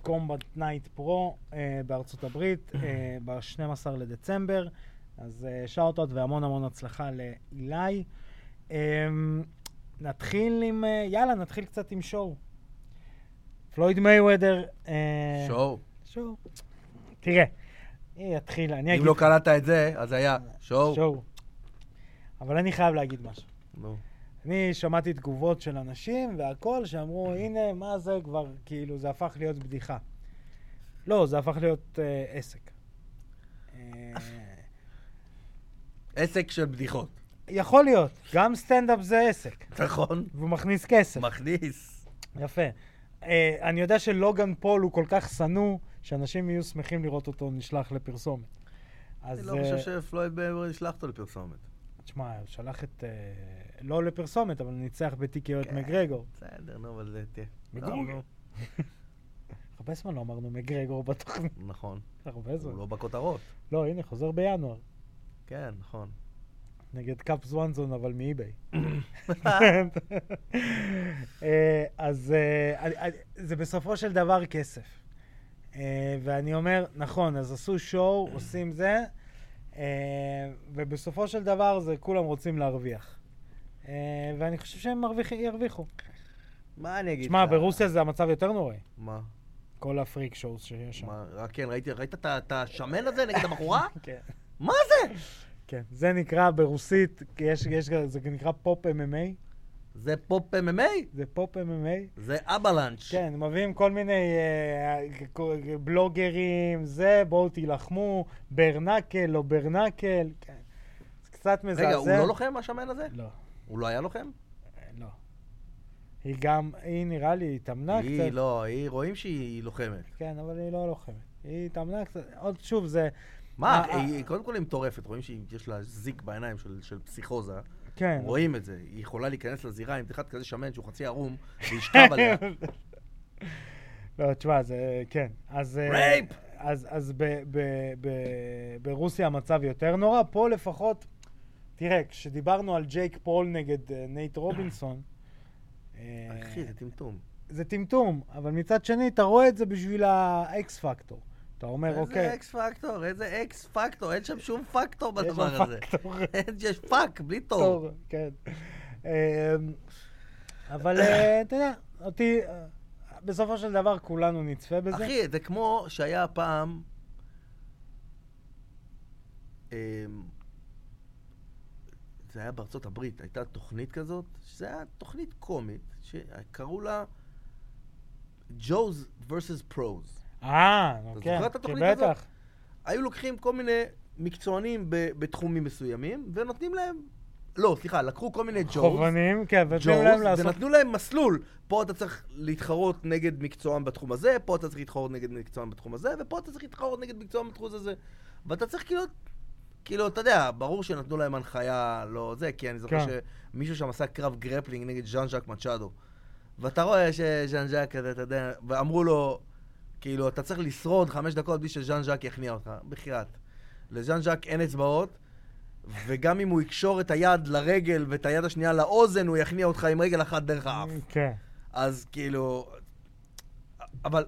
בקומבט נייט פרו uh, בארצות הברית, uh, ב-12 לדצמבר. אז uh, שאוט-אוט והמון המון הצלחה לאילי. Um, נתחיל עם, uh, יאללה, נתחיל קצת עם שואו. פלויד מייוודר. Uh, שואו. שואו. תראה, אני אתחיל, אני אגיד... אם לא קלטת את זה, אז היה שואו. שואו. אבל אני חייב להגיד משהו. נו. אני שמעתי תגובות של אנשים והכול, שאמרו, הנה, מה זה כבר, כאילו, זה הפך להיות בדיחה. לא, זה הפך להיות אה, עסק. אה, עסק של בדיחות, יכול להיות, גם סטנדאפ זה עסק, נכון? והוא מכניס כסף. מכניס. יפה. אה, אני יודע שלוגן פול הוא כל כך שנוא, שאנשים יהיו שמחים לראות אותו נשלח לפרסומת. אני אז... לא אה, חושב שפלויד בייבר ישלח אותו לפרסומת. תשמע, הוא שלח את... אה, לא לפרסומת, אבל ניצח בתיקיות כן. מגרגור. בסדר, נו, אבל זה תהיה. מגורגל. לא, הרבה זמן לא אמרנו מגרגור בתוכנית. נו, נכון. הרבה זמן. הוא לא בכותרות. לא, הנה, חוזר בינואר. כן, נכון. נגד קאפ זוונזון, אבל מאי-ביי. אה, אז אה, אני- אני- זה בסופו של דבר כסף. אה, ואני אומר, נכון, אז עשו שואו, עושים זה, אה, ובסופו של דבר זה כולם רוצים להרוויח. אה, ואני חושב שהם מרוויח- ירוויחו. מה אני אגיד לך? שמע, ברוסיה זה המצב יותר נוראי. מה? כל הפריק שואו שיש שם. מה? רק כן, ראיתי- ראית את ה- את השמן הזה נגד הבחורה? כן. מה זה? כן, זה נקרא ברוסית, כי יש, יש, זה נקרא פופ MMA, זה פופ MMA? זה פופ MMA. זה אבלנץ'. כן, מביאים כל מיני אה, כל- בלוגרים, זה, בואו תילחמו, ברנקל או ברנקל, כן. זה קצת מזעזע. רגע, הוא לא לוחם, השמן הזה? לא, הוא לא היה לוחם? אה, לא. היא גם, היא נראה לי התאמנה קצת. היא לא, היא, רואים שהיא לוחמת. כן, אבל היא לא לוחמת. היא התאמנה קצת, עוד שוב, זה, מה, אה, היא- קודם כל היא מטורפת, רואים שיש לה זיק בעיניים של של פסיכוזה. כן. רואים את זה, היא יכולה להיכנס לזירה עם אחד כזה שמן שהוא חצי ערום, וישכב עליה. לא, תשמע, זה, כן. אז... אה, רייפ! אז, אז ב, ב, ב, ברוסיה המצב יותר נורא. פה לפחות, תראה, כשדיברנו על ג'ייק פול נגד אה, נייט רובינסון, אה, אה, אחי, זה טמטום. זה טמטום, אבל מצד שני, אתה רואה את זה בשביל האקס פקטור. אתה אומר, איזה אוקיי, אקס פקטור, איזה אקס פקטור, אין שם שום פקטור יש בדבר שם הזה. פקטור. אין, יש פאק, בלי תור. טוב, כן. אמ, אבל אה, אתה יודע, אותי, אה, בסופו של דבר כולנו נצפה בזה. אחי, זה כמו שהיה פעם... אמ, זה היה בארצות הברית, הייתה תוכנית כזאת, שזו הייתה תוכנית קומית, שקראו לה Joe's vs. Pros. אה, אתה אוקיי. זוכר את התוכנית כן, הזאת? בטח. היו לוקחים כל מיני מקצוענים ב- בתחומים מסוימים, ונותנים להם... לא, סליחה, לקחו כל מיני ג'וז, חובבנים, כן, ונתנו להם ג'וז, לעשות... ונתנו להם מסלול. פה אתה צריך להתחרות נגד מקצוען בתחום הזה, פה אתה צריך להתחרות נגד מקצוען בתחום הזה, ופה אתה צריך להתחרות נגד מקצוען בתחום הזה. ואתה צריך כאילו... כאילו, אתה יודע, ברור שנתנו להם הנחיה לא זה, כי אני זוכר כן. שמישהו שם עשה קרב גרפלינג נגד ז'אן ז'אק מצ'אדו. ואתה רואה שז'אן ז'אק כזה, אתה יודע, ואמרו לו, כאילו, אתה צריך לשרוד חמש דקות בלי שז'אן ז'אק יכניע אותך, בחייאת. לז'אן ז'אק אין אצבעות, וגם אם הוא יקשור את היד לרגל ואת היד השנייה לאוזן, הוא יכניע אותך עם רגל אחת דרך האף. כן. אז כאילו... אבל...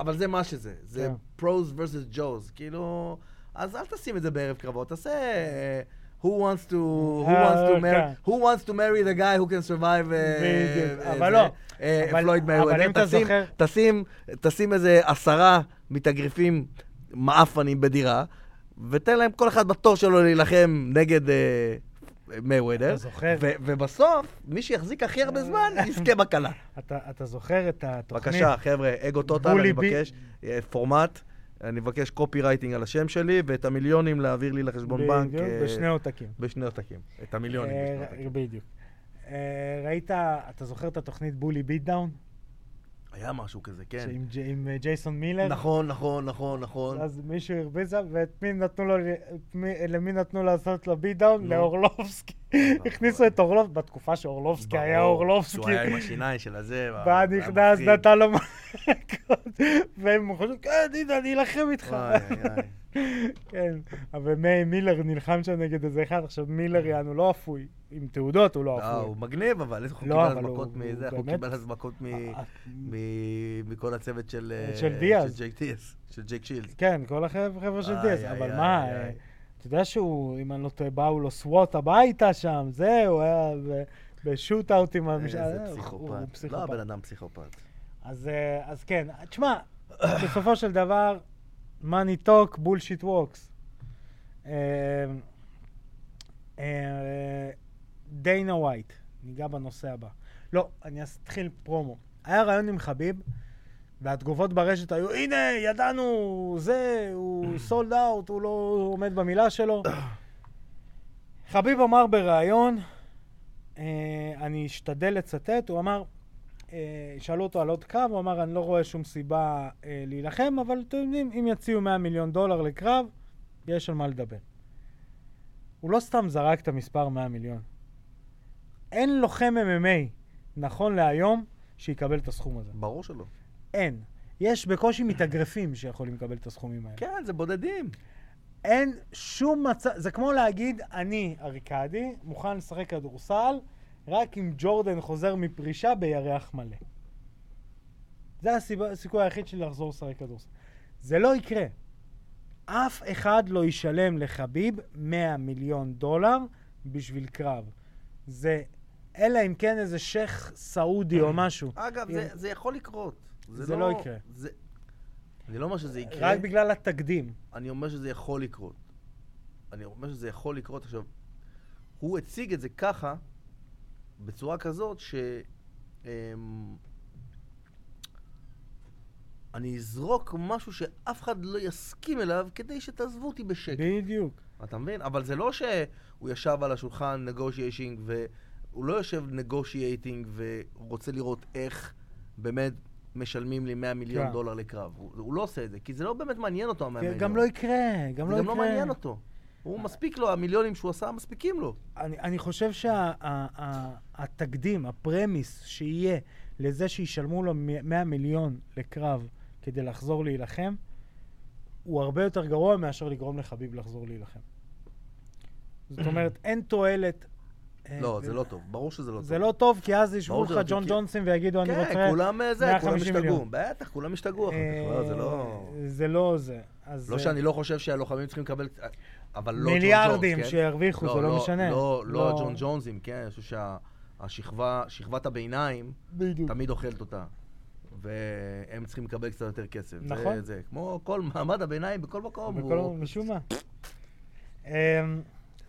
אבל זה מה שזה. זה כן. pros versus Joes. כאילו... אז אל תשים את זה בערב קרבות, תעשה... אה, Who wants to... Who wants to אה, כן. marry... Who wants to marry the guy who can survive... אה, בדיוק. אה, אבל זה, לא. אה, אבל- פלויד אבל מייוודר. אם אתה תשים- זוכר- תשים, תשים איזה עשרה מתאגרפים מעפנים בדירה, ותן להם כל אחד בתור שלו להילחם נגד אה, מייוודר. אתה זוכר? אה. ו- ובסוף, מי שיחזיק הכי הרבה זמן, יזכה בכלה. אתה אתה זוכר את התוכנית? בבקשה, חבר'ה, אגו טוטל, בולי אני בי- מבקש אה, פורמט, אני מבקש קופי רייטינג על השם שלי, ואת המיליונים להעביר לי לחשבון בנק. בדיוק, אה, בשני עותקים. בשני עותקים. את המיליונים אה, בשני ר- עותקים. בדיוק. אה, ראית, אתה זוכר את התוכנית בולי ביט דאון? אה, היה משהו כזה, כן. שעם ג'- עם אה, ג'ייסון מילר? נכון, נכון, נכון, נכון. אז מישהו הרביזה, ואת מי נתנו לו, את מי- למי נתנו לעשות לו בי דאון? נו. לאורלובסקי. הכניסו את אורלובסקי, בתקופה שאורלובסקי היה נכון. ברור, אורלובסקי. שהוא היה עם השיניים של הזה. ואז והיה נכנס, מפחיד. נתן לו מכות, והם חושבים, כן, הנה, אני אלחם איתך. וואי, וואי. כן, אבל מי- מילר נלחם שם נגד איזה אחד, עכשיו מילר יענו לא אפוי, עם תעודות הוא לא אה, אפוי. הוא מגניב, אבל איך הוא לא, קיבל אבל אז הוא- מכות הוא מזה, איך הוא באמת- קיבל אז מכות מ... אה, מ- מכל הצוות של... אה, של דיאז. של ג'ייק דיאז, של ג'ייק שילדס. כן, כל החבר'ה של איי, דיאס, איי, אבל איי, מה, איי, אה, איי. אתה יודע שהוא, אם אני לא טועה, באו לו סוואט הביתה שם, זהו, היה ב- בשוט אאוט עם המשל. איזה פסיכופת. אה, הוא לא, פסיכופת. הבן אדם פסיכופת. אז אה, אז כן, תשמע, בסופו של דבר, money talk, bullshit walks. אה, אה, דיינה ווייט, ניגע בנושא הבא. לא, אני אתחיל פרומו. היה ראיון עם חביב, והתגובות ברשת היו, הנה, ידענו, זה, הוא סולד אאוט, הוא לא עומד במילה שלו. חביב אמר בריאיון, אה, אני אשתדל לצטט, הוא אמר, אה, שאלו אותו על עוד קרב, הוא אמר, אני לא רואה שום סיבה אה, להילחם, אבל אתם יודעים, אם יציעו 100 מיליון דולר לקרב, יש על מה לדבר. הוא לא סתם זרק את המספר 100 מיליון. אין לוחם MMA נכון להיום שיקבל את הסכום הזה. ברור שלא. אין. יש בקושי מתאגרפים שיכולים לקבל את הסכומים האלה. כן, זה בודדים. אין שום מצב, זה כמו להגיד, אני, ארקדי, מוכן לשחק כדורסל, רק אם ג'ורדן חוזר מפרישה בירח מלא. זה הסיבה- הסיכוי היחיד שלי לחזור לשחק כדורסל. זה לא יקרה. אף אחד לא ישלם לחביב 100 מיליון דולר בשביל קרב. זה, אלא אם כן איזה שייח' סעודי אה, או משהו. כן. אגב, זה- זה יכול לקרות. זה לא יקרה. זה- אני לא אומר שזה יקרה. רק בגלל התקדים. אני אומר שזה יכול לקרות. אני אומר שזה יכול לקרות. עכשיו, הוא הציג את זה ככה, בצורה כזאת, ש... אמ, אני אזרוק משהו שאף אחד לא יסכים אליו כדי שתעזבו אותי בשקט. בדיוק. אתה מבין? אבל זה לא שהוא ישב על השולחן נגושיישינג, והוא לא יושב נגושייטינג ורוצה לראות איך באמת משלמים לי 100 מיליון כן. דולר לקרב. הוא, הוא לא עושה את זה, כי זה לא באמת מעניין אותו ה-100 מיליון. גם לא יקרה, גם לא זה יקרה. גם לא מעניין אותו. הוא מספיק לו, המיליונים שהוא עשה מספיקים לו. אני, אני חושב שהתקדים, הפרמיס שיהיה לזה שישלמו לו מ- 100 מיליון לקרב כדי לחזור להילחם, הוא הרבה יותר גרוע מאשר לגרום לחביב לחזור להילחם. זאת אומרת, אין תועלת אה, לא, ו- זה לא טוב. ברור שזה לא טוב. זה לא טוב, כי אז ישבו ברור שזה לך לא ג'ון טוב, כי- ג'ונסון ויגידו, אני רוצה... כן, כולם אה, זה, כולם 150 השתגעו. מיליון. בטח, כולם השתגעו אחר כך. אה, לא, זה לא... זה לא זה. אז, לא אה, שאני לא חושב שהלוחמים צריכים לקבל... אבל לא ג'ון ג'ונס, מיליארדים כן? שירוויחו, זה לא משנה. לא, לא לא- ג'ון ג'ונזים, כן? אני חושב שהשכבה, שכבת הביניים בדיוק. תמיד אוכלת אותה. והם צריכים לקבל קצת יותר כסף. זה- נכון. זה כמו כל מעמד הביניים בכל מקום. בכל- הוא- משום מה. אמ,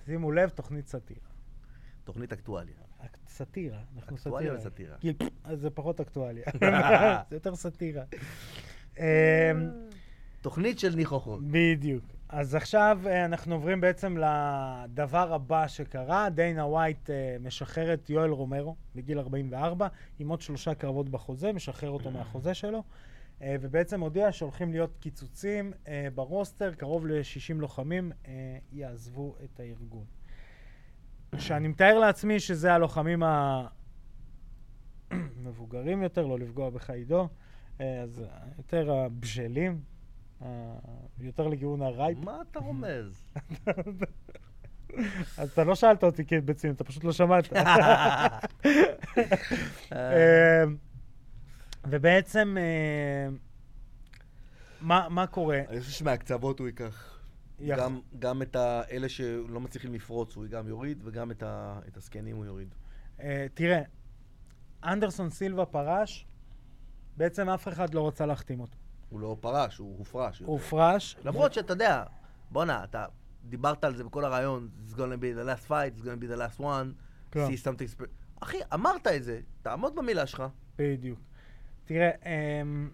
שימו לב, תוכנית סאטירה. תוכנית אקטואליה. אק- סאטירה, אנחנו אקטואליה סאטירה. וסאטירה. כי- אז זה פחות אקטואליה. זה יותר סאטירה. אמ, תוכנית של ניחוחות. בדיוק. אז עכשיו אה, אנחנו עוברים בעצם לדבר הבא שקרה. דיינה ווייט אה, משחרר את יואל רומרו בגיל 44, עם עוד שלושה קרבות בחוזה, משחרר אותו מהחוזה שלו, אה, ובעצם הודיע שהולכים להיות קיצוצים אה, ברוסטר, קרוב ל-60 לוחמים אה, יעזבו את הארגון. שאני מתאר לעצמי שזה הלוחמים המבוגרים יותר, לא לפגוע בך עידו, אה, אז יותר הבשלים, ה- יותר לכיוון הרייפ. מה אתה רומז? אז אתה לא שאלת אותי כי בציניות, אתה פשוט לא שמעת. אה, אמ, ובעצם, אמ, מה מה קורה? אני חושב שמהקצוות הוא ייקח. יח- גם, גם את האלה שלא מצליחים לפרוץ הוא גם יוריד, וגם את, ה, את הזקנים הוא יוריד. אה, תראה, אנדרסון סילבה פרש, בעצם אף אחד לא רצה להחתים אותו. הוא לא פרש, הוא הופרש. יותר. הוא הופרש. למרות שאתה יודע, בואנה, אתה דיברת על זה בכל הרעיון, it's gonna be the last fight, it's gonna be the last one, כן. see something... spe- אחי, אמרת את זה, תעמוד במילה שלך. בדיוק. תראה, אמ,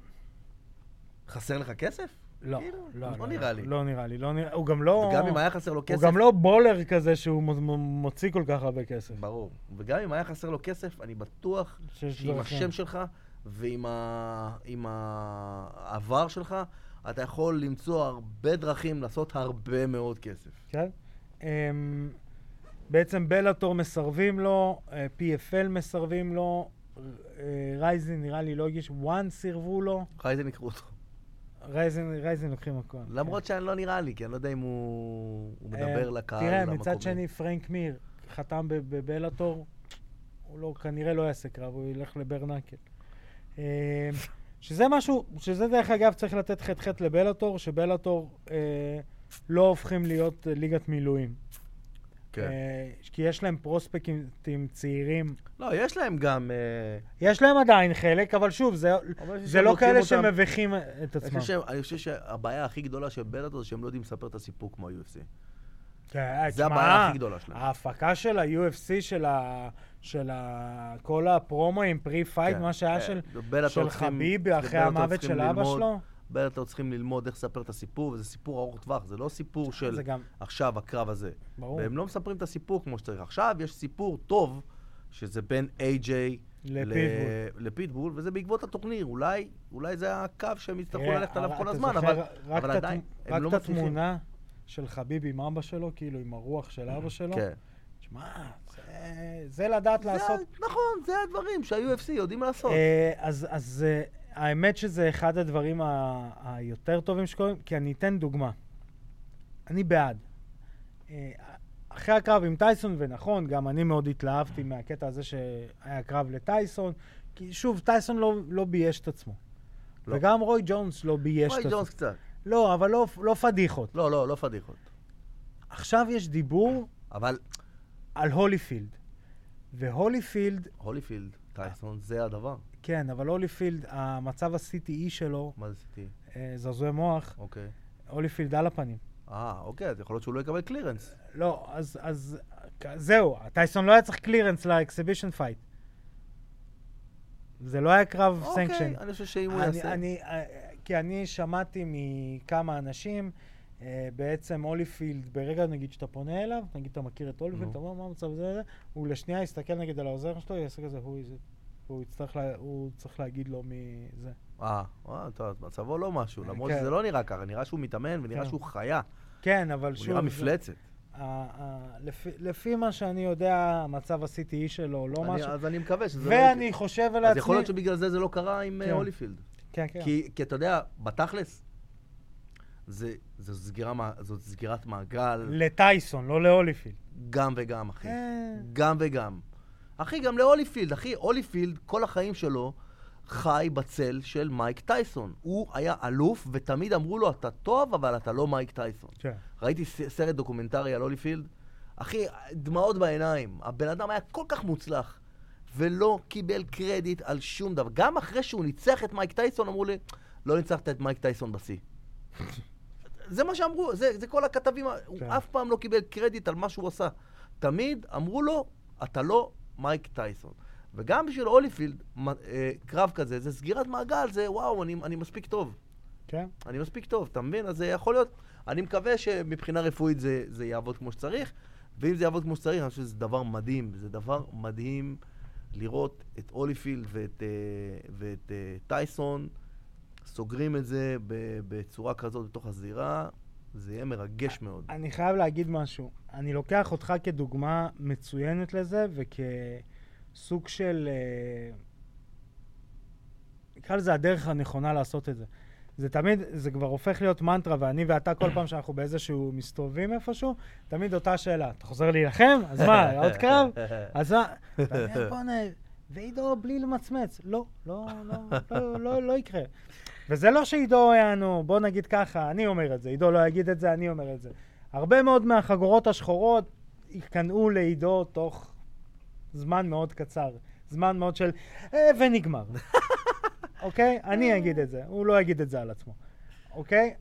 חסר לך כסף? לא, כאילו, לא, לא נראה לי. לא נראה לי, לא נראה, הוא גם לא... וגם אם היה חסר לו הוא כסף... גם לא בולר כזה שהוא מ- מ- מוציא כל כך הרבה כסף. ברור. וגם אם היה חסר לו כסף, אני בטוח שיש שעם דרכים. השם שלך ועם ה... עם העבר שלך, אתה יכול למצוא הרבה דרכים לעשות הרבה מאוד כסף. כן? אמ, בעצם בלאטור מסרבים לו, אה, PFL מסרבים לו, אה, רייזן נראה לי לא הגיש, וואן סירבו לו, רייזן יקראו אוקיי, אותו. רייזן רייזן לוקחים הכל. למרות שאני לא נראה לי, כי אני לא יודע אם הוא הוא כן. מדבר אמ, לקהל תראה, המקומי. מצד שני, פרנק מיר חתם בב- בבלאטור, הוא לא, כנראה לא יעשה קרב, הוא ילך לברנקל. אמ, שזה משהו, שזה דרך אגב צריך לתת חטא-חטא לבלאטור, שבלאטור אה, לא הופכים להיות אה, ליגת מילואים. כן. אה, כי יש להם פרוספקטים צעירים. לא, יש להם גם... אה, יש להם עדיין חלק, אבל שוב, זה, אבל יש זה שהם לא לוקחים כאלה אותם. שמביכים את אני עצמם. חושב שהם- אני חושב שהבעיה הכי גדולה של בלאטור זה שהם לא יודעים לספר את הסיפור כמו ה-UFC. כן, זה תשמע, הבעיה הכי גדולה שלהם. ההפקה של ה-UFC, של, ה... של ה... כל הפרומו עם פרי פייט, כן. מה שהיה אה, של, בלאטור של צריכים- חביבי אחרי בלאטור המוות צריכים של אבא ללמוד- שלו, בלאטור לא צריכים ללמוד איך לספר את הסיפור, וזה סיפור ארוך טווח, זה לא סיפור של זה גם, עכשיו הקרב הזה. ברור, והם לא מספרים את הסיפור כמו שצריך. עכשיו יש סיפור טוב, שזה בין איי-ג'יי לפיטבול. לפיטבול, וזה בעקבות הטורניר. אולי, אולי זה הקו שהם יצטרכו תראה, ללכת עליו אבל כל אתה הזמן, זוכר אבל... רק אבל את עדיין, התמ- הם לא רק את מצליחים. התמונה של חביב עם אבא שלו, כאילו, עם הרוח של אבא שלו. כן. תשמע, זה- זה לדעת זה לעשות ה- נכון, זה הדברים שה-UFC יודעים לעשות. אה, אז, אז אה, האמת שזה אחד הדברים ה- היותר טובים שקורים, כי אני אתן דוגמה. אני בעד. אה, אחרי הקרב עם טייסון, ונכון, גם אני מאוד התלהבתי מהקטע הזה שהיה קרב לטייסון, כי שוב, טייסון לא, לא בייש את עצמו. לא. וגם רוי ג'ונס לא בייש את מייק עצמו. ג'ונס קצת. לא, אבל לא, לא פדיחות. לא, לא, לא פדיחות. עכשיו יש דיבור אבל על הוליפילד. והוליפילד, הוליפילד, טייסון, זה הדבר. כן, אבל הוליפילד, המצב ה-CTE שלו, מה זה CT? אה, זעזועי מוח, אוקיי. הוליפילד על הפנים. אה, אוקיי, אז יכול להיות שהוא לא יקבל קלירנס. לא, אז, אז זהו, טייסון לא היה צריך קלירנס לאקסיבישן פייט. זה לא היה קרב סנקשן. אוקיי, אני חושב שאם הוא יעשה... אני, אה, כי אני שמעתי מכמה אנשים, אה, בעצם הוליפילד, ברגע נגיד שאתה פונה אליו, נגיד אתה מכיר את הוליפילד, נו. אתה אומר מה המצב הזה, וזה", הוא לשנייה יסתכל נגיד על העוזר שלו, יעשה כזה, הוא איזה... הוא יצטרך, לה, הוא צריך להגיד לו מי זה. אה, וואלה, טוב, מצבו לא משהו, למרות כן. שזה לא נראה ככה, נראה שהוא מתאמן ונראה כן. שהוא חיה. כן, אבל הוא שוב... נראה זה- מפלצת. ה- ה- לפי, לפי מה שאני יודע, המצב ה-CTE שלו לא אני- משהו. אז אני מקווה שזה לא... ואני חושב על אז עצמי... יכול להיות שבגלל זה זה לא קרה עם אה, כן. הוליפילד. כן, כן. כי כי אתה יודע, בתכלס, זה, זו, סגירה, מע- זאת סגירת מעגל, לטייסון, לא להוליפילד. גם וגם, אחי. אה. גם וגם. אחי, גם להוליפילד, אחי, הוליפילד, כל החיים שלו חי בצל של מייק טייסון. הוא היה אלוף, ותמיד אמרו לו, אתה טוב, אבל אתה לא מייק טייסון. כן. ראיתי ס- סרט דוקומנטרי על הוליפילד, אחי, דמעות בעיניים. הבן אדם היה כל כך מוצלח, ולא קיבל קרדיט על שום דבר. גם אחרי שהוא ניצח את מייק טייסון, אמרו לי, לא ניצחת את מייק טייסון בשיא. זה מה שאמרו, זה, זה כל הכתבים, הוא כן. אף פעם לא קיבל קרדיט על מה שהוא עשה. תמיד אמרו לו, אתה לא מייק טייסון. וגם בשביל הוליפילד, מ- אה, קרב כזה, זה סגירת מעגל, זה וואו, אני, אני מספיק טוב. כן. אני מספיק טוב, אתה מבין? אז זה יכול להיות, אני מקווה שמבחינה רפואית זה, זה יעבוד כמו שצריך, ואם זה יעבוד כמו שצריך, אני חושב שזה דבר מדהים, זה דבר מדהים לראות את הוליפילד ואת, אה, ואת אה, טייסון, סוגרים את זה ב- בצורה כזאת בתוך הזירה, זה יהיה מרגש מאוד. אני חייב להגיד משהו. אני לוקח אותך כדוגמה מצוינת לזה, וכסוג של... אה, נקרא לזה הדרך הנכונה לעשות את זה. זה תמיד, זה כבר הופך להיות מנטרה, ואני ואתה כל פעם שאנחנו באיזשהו מסתובבים איפשהו, תמיד אותה שאלה. אתה חוזר להילחם? אז מה, עוד קרב? אז מה? אתה אומר, "בוא'נה, ועידו בלי למצמץ. לא, לא, לא, לא, לא, לא יקרה. וזה לא שעידו יענו, בוא נגיד ככה, אני אומר את זה, עידו לא יגיד את זה, אני אומר את זה. הרבה מאוד מהחגורות השחורות ייכנעו לעידו תוך זמן מאוד קצר. זמן מאוד של, אה, ונגמר. אוקיי? אני אגיד את זה, הוא לא יגיד את זה על עצמו. אוקיי?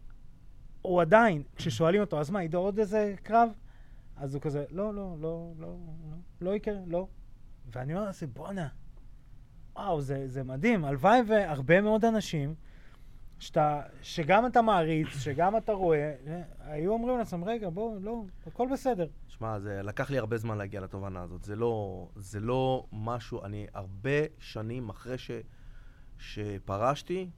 הוא עדיין, כששואלים אותו, אז מה, עידו עוד איזה קרב? אז הוא כזה, לא, לא, לא, לא, לא, לא יקרה, לא. ואני אומר לעצמי, בואנה, וואו, זה, זה מדהים. הלוואי והרבה מאוד אנשים, שאתה, שגם אתה מעריץ, שגם אתה רואה, אה, היו אומרים לעצמם, רגע, בוא, לא, הכל בסדר. שמע, זה לקח לי הרבה זמן להגיע לתובנה הזאת. זה לא, זה לא משהו, אני הרבה שנים אחרי ש, שפרשתי,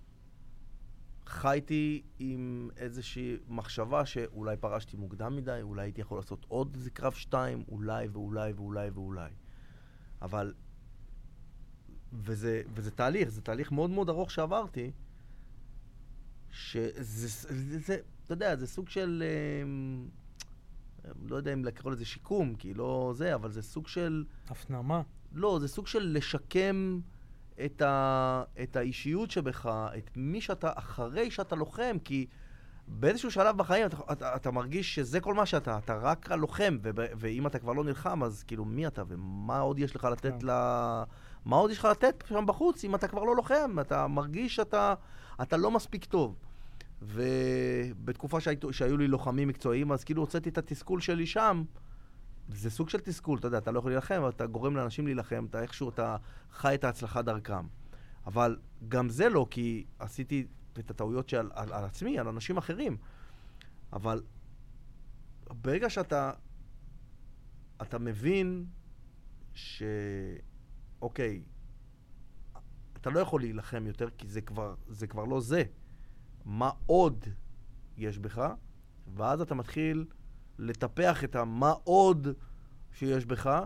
חייתי עם איזושהי מחשבה שאולי פרשתי מוקדם מדי, אולי הייתי יכול לעשות עוד איזה קרב שתיים, אולי ואולי ואולי ואולי. אבל, וזה, וזה תהליך, זה תהליך מאוד מאוד ארוך שעברתי, שזה, זה, זה, אתה יודע, זה סוג של... אמ, לא יודע אם לקרוא לזה שיקום, כי לא זה, אבל זה סוג של... הפנמה. לא, זה סוג של לשקם את, ה, את האישיות שבך, את מי שאתה, אחרי שאתה לוחם, כי באיזשהו שלב בחיים אתה, אתה, אתה מרגיש שזה כל מה שאתה, אתה רק הלוחם, וב, ואם אתה כבר לא נלחם, אז כאילו מי אתה, ומה עוד יש לך לתת כן. ל... מה עוד יש לך לתת שם בחוץ אם אתה כבר לא לוחם? אתה מרגיש שאתה אתה לא מספיק טוב. ובתקופה שהיו, שהיו לי לוחמים מקצועיים, אז כאילו הוצאתי את התסכול שלי שם. זה סוג של תסכול, אתה יודע, אתה לא יכול להילחם, אבל אתה גורם לאנשים להילחם, אתה איכשהו, אתה חי את ההצלחה דרכם. אבל גם זה לא, כי עשיתי את הטעויות שעל, על, על עצמי, על אנשים אחרים. אבל ברגע שאתה אתה מבין ש... אוקיי, אתה לא יכול להילחם יותר, כי זה כבר, זה כבר לא זה. מה עוד יש בך, ואז אתה מתחיל לטפח את המה עוד שיש בך,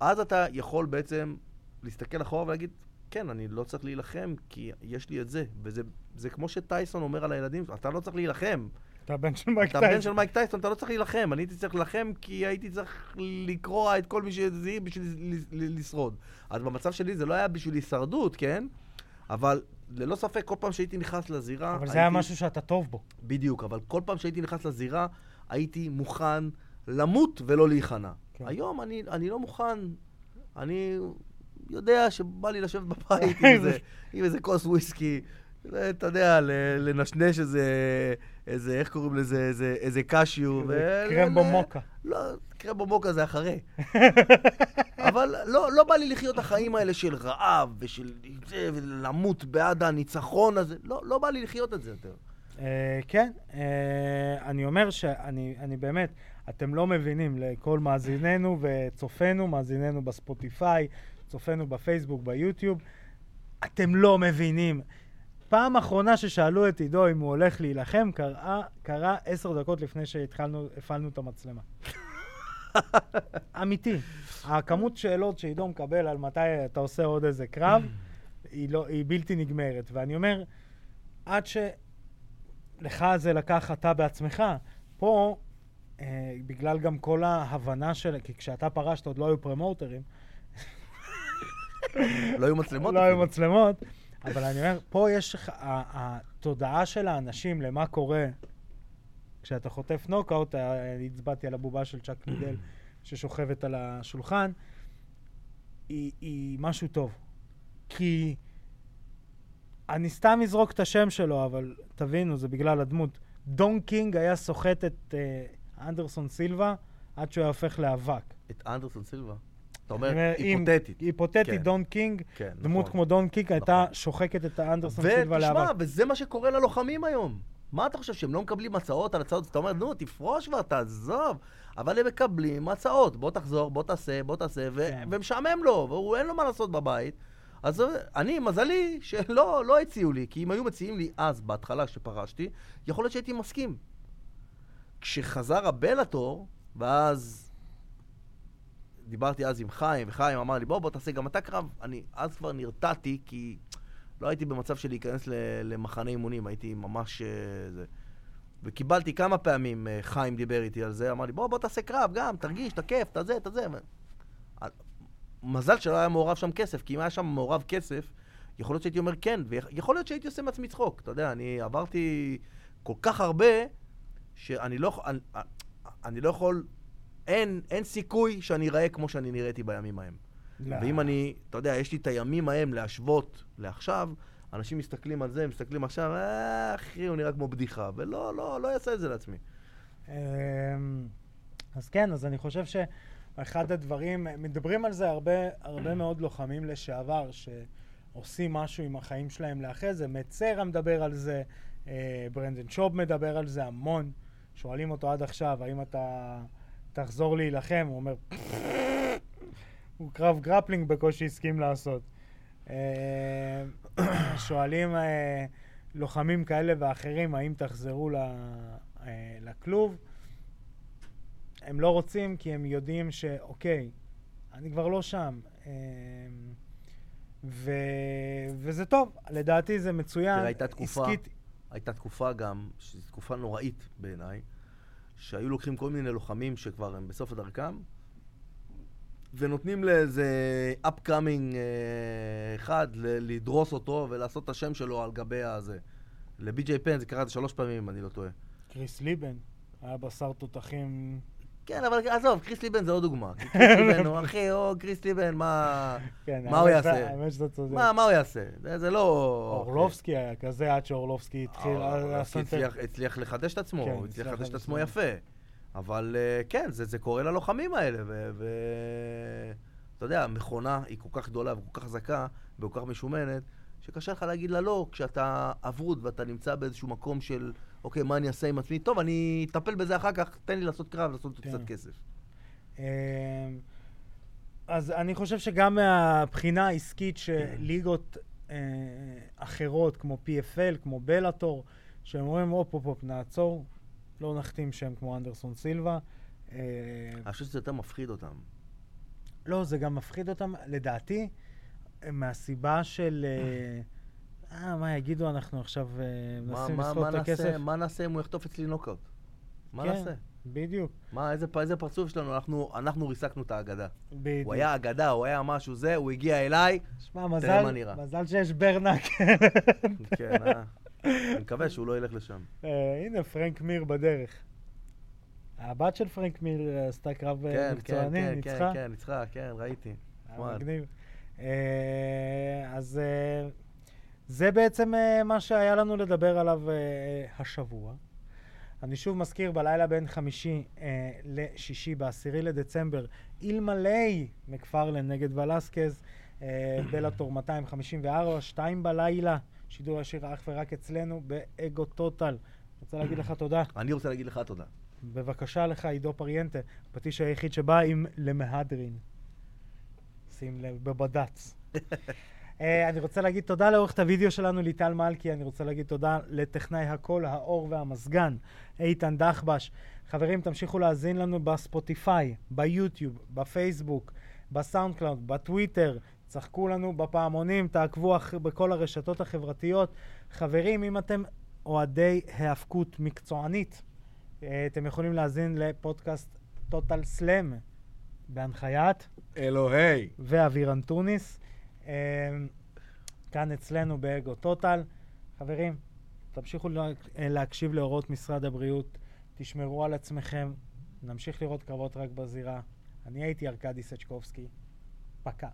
אז אתה יכול בעצם להסתכל אחורה ולהגיד, כן, אני לא צריך להילחם, כי יש לי את זה. וזה זה כמו שטייסון אומר על הילדים, אתה לא צריך להילחם. אתה הבן של מייק אתה בן של מייק טייסון, אתה לא צריך להילחם. אני הייתי צריך להילחם כי הייתי צריך לקרוע את כל מי שזה בשביל ל- ל- לשרוד. אז במצב שלי זה לא היה בשביל הישרדות, כן? אבל ללא ספק, כל פעם שהייתי נכנס לזירה... אבל זה היה הייתי- משהו שאתה טוב בו. בדיוק, אבל כל פעם שהייתי נכנס לזירה, הייתי מוכן למות ולא להיכנע. כן. כן. היום אני, אני לא מוכן, אני יודע שבא לי לשבת בבית עם, איזה, עם איזה כוס וויסקי, אתה יודע, ל- לנשנש איזה, איזה, איך קוראים לזה, איזה, איזה קשיו. זה ו- קרמבו ל- מוקה. לא, קרמבו מוקה זה אחרי. אבל לא, לא בא לי לחיות את החיים האלה של רעב ושל זה, ולמות בעד הניצחון הזה. לא, לא בא לי לחיות את זה יותר. אה, כן, אה, אני אומר שאני אני באמת, אתם לא מבינים לכל מאזיננו וצופינו, מאזיננו בספוטיפיי, צופינו בפייסבוק, ביוטיוב, אתם לא מבינים. פעם אחרונה ששאלו את עידו אם הוא הולך להילחם, קרה, קרה עשר דקות לפני שהתחלנו, הפעלנו את המצלמה. אמיתי. הכמות שאלות שעידו מקבל על מתי אתה עושה עוד איזה קרב, היא, לא, היא בלתי נגמרת. ואני אומר, עד ש... לך זה לקח אתה בעצמך. פה, אה, בגלל גם כל ההבנה של... כי כשאתה פרשת עוד לא היו פרמוטרים, לא היו מצלמות. לא היו אפילו. מצלמות, אבל אני אומר, פה יש לך... ה- התודעה של האנשים למה קורה כשאתה חוטף נוקאוט, אה, הצבעתי על הבובה של צ'אק לידל ששוכבת על השולחן, היא, היא משהו טוב. כי אני סתם אזרוק את השם שלו, אבל תבינו, זה בגלל הדמות. דון קינג היה סוחט את אה, אנדרסון סילבה עד שהוא היה הופך לאבק. את אנדרסון סילבה. אתה אומר, אני אומר, אם- היפותטית. היפותטית, כן. דון קינג, כן, דמות נכון. כמו דון קינג הייתה נכון. שוחקת את האנדרסון סילבה ותשמע, לאבק. וזה מה שקורה ללוחמים היום. מה אתה חושב, שהם לא מקבלים הצעות על הצעות? אתה אומר, נו, תפרוש כבר, תעזוב. אבל הם מקבלים הצעות, בוא תחזור, בוא תעשה, בוא תעשה, ו- כן. ומשעמם לו, והוא אין לו מה לעשות בבית. אז אה, אני, מזלי, שלא לא הציעו לי, כי אם היו מציעים לי אז, בהתחלה, כשפרשתי, יכול להיות שהייתי מסכים. כשחזר הבלאטור, ואז דיברתי אז עם חיים, וחיים אמר לי, בוא, בוא תעשה גם אתה קרב. אני אז כבר נרתעתי, כי לא הייתי במצב של להיכנס ל- למחנה אימונים, הייתי ממש... אה, זה. וקיבלתי כמה פעמים, אה, חיים דיבר איתי על זה, אמר לי, בוא, בוא תעשה קרב גם, תרגיש, אתה כיף, אתה זה, אתה זה. ו- אה, מזל שלא היה מעורב שם כסף, כי אם היה שם מעורב כסף, יכול להיות שהייתי אומר כן, ויכול להיות שהייתי עושה מעצמי צחוק. אתה יודע, אני עברתי כל כך הרבה, שאני לא, יכול- אני, אני לא יכול... אין, אין סיכוי שאני אראה כמו שאני נראיתי בימים ההם. לא. ואם אני, אתה יודע, יש לי את הימים ההם להשוות לעכשיו, אנשים מסתכלים על זה, מסתכלים עכשיו, אה, אחי, הוא נראה כמו בדיחה, ולא, לא, לא יעשה את זה לעצמי. אמ, אז כן, אז אני חושב שאחד הדברים, מדברים על זה הרבה, הרבה מאוד לוחמים לשעבר, שעושים משהו עם החיים שלהם לאחרי זה. מצרה מדבר על זה, אה, ברנדן שוב מדבר על זה המון. שואלים אותו עד עכשיו, האם אתה תחזור להילחם? הוא אומר, הוא קרב גרפלינג בקושי הסכים לעשות. אה, שואלים אה, לוחמים כאלה ואחרים, האם תחזרו ל- אה, לכלוב? הם לא רוצים כי הם יודעים שאוקיי, אני כבר לא שם. אה, ו... וזה טוב, לדעתי זה מצוין. תראה, הייתה תקופה- עסקית, הייתה תקופה גם, שזו תקופה נוראית בעיניי, שהיו לוקחים כל מיני לוחמים שכבר הם בסוף דרכם, ונותנים לאיזה upcoming אה, אחד ל- לדרוס אותו ולעשות את השם שלו על גבי הזה. לבי.ג'יי פן זה קרה את זה שלוש פעמים, אם אני לא טועה. קריס ליבן היה בשר תותחים. כן, אבל עזוב, קריס ליבן זה לא דוגמה. כי קריס ליבן הוא אחי, או קריס ליבן, מה... כן, מה הוא האמת שאתה- יעשה? האמת שאתה צודק. אוקיי. מה, מה הוא יעשה? זה, זה לא... אורלובסקי היה כזה עד שאורלובסקי התחיל אורלובסקי לעשות את הצליח, הצליח לחדש את עצמו, כן, הוא הצליח הצליח לחדש את לחדש עצמו את יפה. אבל אה, כן, זה, זה קורה ללוחמים האלה, ו... ו... אתה יודע, המכונה היא כל כך גדולה וכל כך חזקה וכל כך משומנת, שקשה לך להגיד לה לא כשאתה אבוד ואתה נמצא באיזשהו מקום של, אוקיי, מה אני אעשה עם עצמי? טוב, אני אטפל בזה אחר כך, תן לי לעשות קרב, לעשות כן. קצת כסף. אמ, אז אני חושב שגם מהבחינה העסקית שליגות אה, אחרות, כמו PFL, כמו בלאטור, שהם אומרים, הופ, הופ, הופ, נעצור, לא נחתים שם כמו אנדרסון סילבה. אה, אני חושב שזה יותר מפחיד אותם. לא, זה גם מפחיד אותם, לדעתי, מהסיבה של... אה, אה, מה יגידו, אנחנו עכשיו אה, מה, מנסים מה, מה, לסחוט את הכסף. נעשה, מה נעשה אם הוא יחטוף אצלי נוקאוט? מה כן, נעשה? בדיוק, מה, איזה, פ- איזה פרצוף שלנו? אנחנו, אנחנו ריסקנו את האגדה. בדיוק. הוא היה אגדה, הוא היה משהו זה, הוא הגיע אליי. שמע, תראה מה מזל, נראה. מזל שיש ברנק. כן, אה? אני מקווה שהוא לא ילך לשם. אה, הנה, פרנק מיר בדרך. הבת של פרנק מיר אה, עשתה קרב אה, כן, כן, מקצועני, כן, כן, ניצחה. כן, ניצחה, כן, ראיתי. היה נחמד. מגניב. אה, אז אה, זה בעצם אה, מה שהיה לנו לדבר עליו אה, השבוע. אני שוב מזכיר, בלילה בין חמישי אה, לשישי, בעשירי לדצמבר, אלמלי מקפרלן נגד ולסקז, אה, בלאטור 254, שתיים בלילה, שידור ישיר אך ורק אצלנו, באגו טוטל. רוצה להגיד לך תודה. אני רוצה להגיד לך תודה. בבקשה לך, עידו פריאנטה, הפטיש היחיד שבא עם למהדרין. שים לב, בבד"ץ. אה, אני רוצה להגיד תודה לעורכת הוידאו שלנו, ליטל מלכי, אני רוצה להגיד תודה לטכנאי הקול, האור והמזגן, איתן דחבש. חברים, תמשיכו להאזין לנו בספוטיפיי, ביוטיוב, בפייסבוק, בסאונד קלאוד, בטוויטר. צחקו לנו בפעמונים, תעקבו אח- בכל הרשתות החברתיות. חברים, אם אתם אוהדי האבקות מקצוענית, אה, אתם יכולים להאזין לפודקאסט טוטל סלאם בהנחיית אלוהי. ואבירן אנטוניס. אה, כאן אצלנו באגו טוטל. חברים, תמשיכו לה- אה, להקשיב להוראות משרד הבריאות, תשמרו על עצמכם, נמשיך לראות קרבות רק בזירה. אני הייתי ארקדי סצ'קובסקי, פקע.